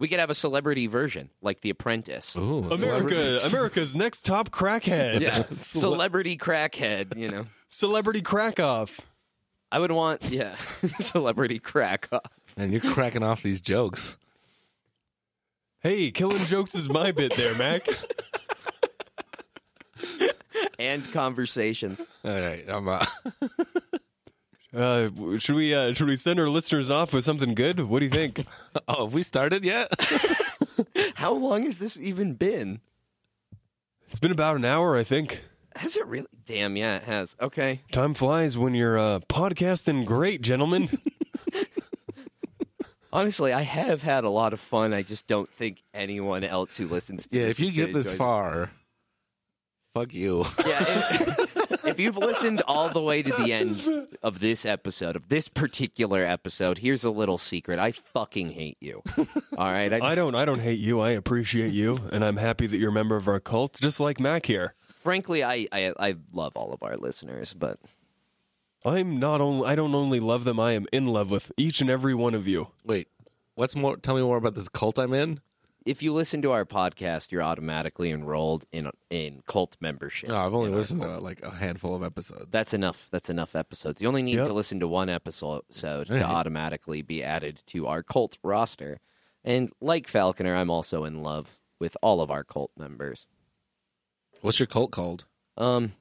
Speaker 2: we could have a celebrity version like The Apprentice.
Speaker 3: Ooh,
Speaker 1: America, America's next top crackhead.
Speaker 2: <laughs>
Speaker 3: <laughs>
Speaker 2: Yeah, celebrity crackhead. You know,
Speaker 1: Celebrity crack off.
Speaker 2: I would want yeah, <laughs> celebrity crack.
Speaker 3: and you're cracking off these jokes.
Speaker 1: Hey, killing jokes is my bit there,
Speaker 2: <laughs>
Speaker 1: Mac.
Speaker 2: and conversations.
Speaker 3: All right, I'm uh,
Speaker 1: Uh, w- should we uh, should we send our listeners off with something good? What do you think?
Speaker 3: <laughs>
Speaker 2: <laughs>
Speaker 3: Oh, have we started yet?
Speaker 2: How long has this even been?
Speaker 1: it's been about an hour, I think.
Speaker 2: Has it really? Damn, yeah, it has. Okay.
Speaker 1: Time flies when you're uh, podcasting great, gentlemen.
Speaker 2: Honestly, I have had a lot of fun. I just don't think anyone else who listens to
Speaker 3: yeah,
Speaker 2: this
Speaker 3: if you
Speaker 2: is
Speaker 3: get
Speaker 2: gonna
Speaker 3: this
Speaker 2: enjoy
Speaker 3: far, fuck you.
Speaker 2: Yeah, if, <laughs> if you've listened all the way to the end of this episode, of this particular episode, here's a little secret. I fucking hate you. All right.
Speaker 3: <laughs>
Speaker 2: I,
Speaker 1: I don't I don't hate you. I appreciate you, and I'm happy that you're a member of our cult, just like Mac here.
Speaker 2: frankly, I, I I love all of our listeners, but
Speaker 1: I'm not only I don't only love them. I am in love with each and every one of you.
Speaker 3: <laughs> Wait, what's more? Tell me more about this cult I'm in.
Speaker 2: if you listen to our podcast, you're automatically enrolled in in cult membership.
Speaker 3: No, Oh, I've only listened to like a handful of episodes.
Speaker 2: That's enough. That's enough episodes. You only need
Speaker 1: Yep.
Speaker 2: to listen to one episode
Speaker 1: <laughs>
Speaker 2: to automatically be added to our cult roster. And like Falconer, I'm also in love with all of our cult members.
Speaker 3: What's your cult called?
Speaker 2: Um,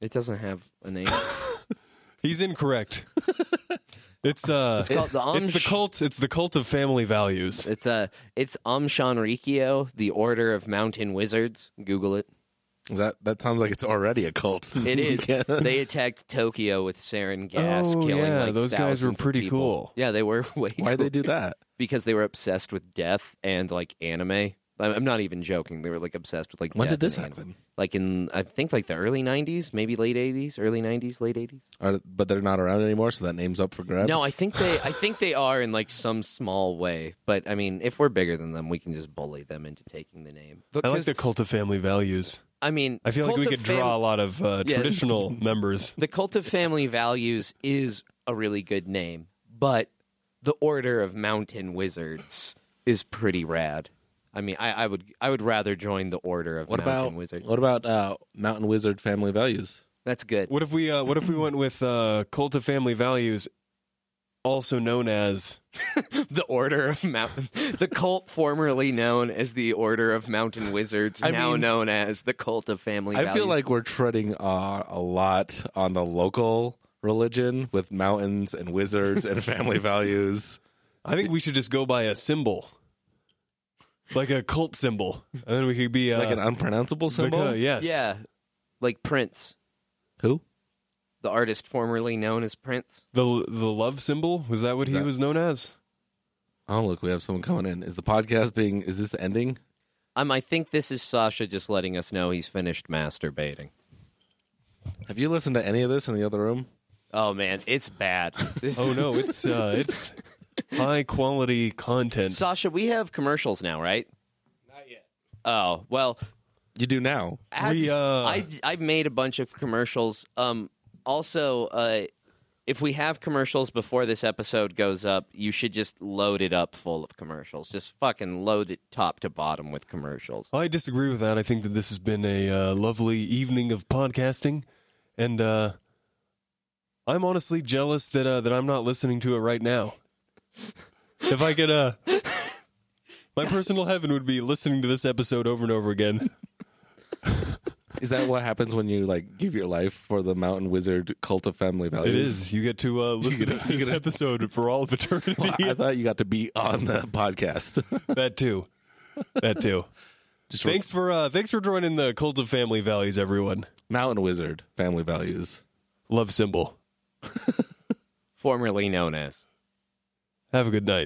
Speaker 2: it doesn't have
Speaker 1: <laughs>
Speaker 2: a name.
Speaker 1: He's incorrect. it's uh,
Speaker 2: It's called the
Speaker 1: it's the
Speaker 2: Amsh-
Speaker 1: cult. It's the cult of family values.
Speaker 2: it's uh, it's Amshanrikyo, the Order of Mountain Wizards. Google it.
Speaker 3: That that sounds like it's already a <laughs> cult.
Speaker 2: It
Speaker 1: <laughs>
Speaker 2: is.
Speaker 3: Yeah.
Speaker 2: They attacked Tokyo with sarin gas,
Speaker 1: Oh,
Speaker 2: killing
Speaker 1: yeah,
Speaker 2: like
Speaker 1: those guys were
Speaker 2: thousands of
Speaker 1: pretty
Speaker 2: people.
Speaker 1: cool.
Speaker 2: Yeah, they were. <laughs> Way
Speaker 3: Why
Speaker 2: cool.
Speaker 3: they do that?
Speaker 2: because they were obsessed with death and like anime. I'm- I'm not even joking. They were like obsessed with like.
Speaker 3: When
Speaker 2: death
Speaker 3: did this
Speaker 2: and
Speaker 3: happen?
Speaker 2: anime. Like in I think like the early '90s, maybe late '80s, early '90s, late '80s.
Speaker 3: Are, but they're not around anymore, so that name's up for grabs.
Speaker 2: No, I think they I think they are in like some small way. But I mean, if we're bigger than them, we can just bully them into taking the name.
Speaker 1: I like
Speaker 2: 'Cause,
Speaker 1: the cult of family values.
Speaker 2: I mean,
Speaker 1: I feel like
Speaker 2: Cult
Speaker 1: we
Speaker 2: of
Speaker 1: could
Speaker 2: Fam-
Speaker 1: draw a lot of uh,
Speaker 2: Yeah. <laughs>
Speaker 1: traditional members.
Speaker 2: The cult of family values is a really good name, but the order of mountain wizards is pretty rad. I mean, I, I would I would rather join the order of
Speaker 3: What
Speaker 2: mountain
Speaker 3: about
Speaker 2: wizards.
Speaker 3: what about uh, Mountain Wizard family values?
Speaker 2: That's good.
Speaker 1: What if we uh, what if we went with uh, cult of family values, also known as
Speaker 2: <laughs> The order of mountain, the cult formerly known as the order of mountain wizards,
Speaker 3: I
Speaker 2: now
Speaker 3: mean-
Speaker 2: known as the cult of family.
Speaker 3: I
Speaker 2: values.
Speaker 3: feel like we're treading uh, a lot on the local religion with mountains and wizards <laughs> and family values.
Speaker 1: I think we should just go by a symbol, like a cult symbol, and then we could be uh,
Speaker 3: like an unpronounceable
Speaker 1: the
Speaker 3: symbol?
Speaker 1: kinda- yes,
Speaker 2: yeah, like Prince,
Speaker 3: Who?
Speaker 2: the artist formerly known as Prince.
Speaker 1: the the love symbol was that what he
Speaker 3: That-
Speaker 1: was known as?
Speaker 3: Oh, look, we have someone coming in. Is the podcast being, is this ending?
Speaker 2: Um, I think this is Sasha just letting us know he's finished masturbating.
Speaker 3: Have you listened to any of this in the other room?
Speaker 2: Oh man, it's <laughs> bad. This-
Speaker 1: Oh no, it's
Speaker 3: <laughs>
Speaker 1: uh, it's high quality content.
Speaker 2: Sasha, we have commercials now, right? Not yet. Oh well,
Speaker 3: You do now.
Speaker 2: ads.
Speaker 1: We, uh,
Speaker 2: I I made a bunch of commercials. Um, also, uh, if we have commercials before this episode goes up, you should just load it up full of commercials. Just fucking load it top to bottom with commercials.
Speaker 1: I disagree with that. I think that this has been a uh, lovely evening of podcasting, and uh, I'm honestly jealous that uh, that I'm not listening to it right now. If I could, uh, my personal heaven would be listening to this episode over and over again.
Speaker 3: Is that what happens when you like give your life for the mountain wizard cult of family values?
Speaker 1: It is. You get to uh, listen
Speaker 3: get a-
Speaker 1: to
Speaker 3: you
Speaker 1: this
Speaker 3: get a-
Speaker 1: episode for all of eternity.
Speaker 3: <laughs> I thought you got to be on the <laughs> podcast.
Speaker 1: that too. That too.
Speaker 3: Just re-
Speaker 1: Thanks for uh, thanks for joining the cult of family values, everyone.
Speaker 3: mountain wizard family values.
Speaker 1: Love symbol.
Speaker 2: Formerly known as.
Speaker 1: Have a good night.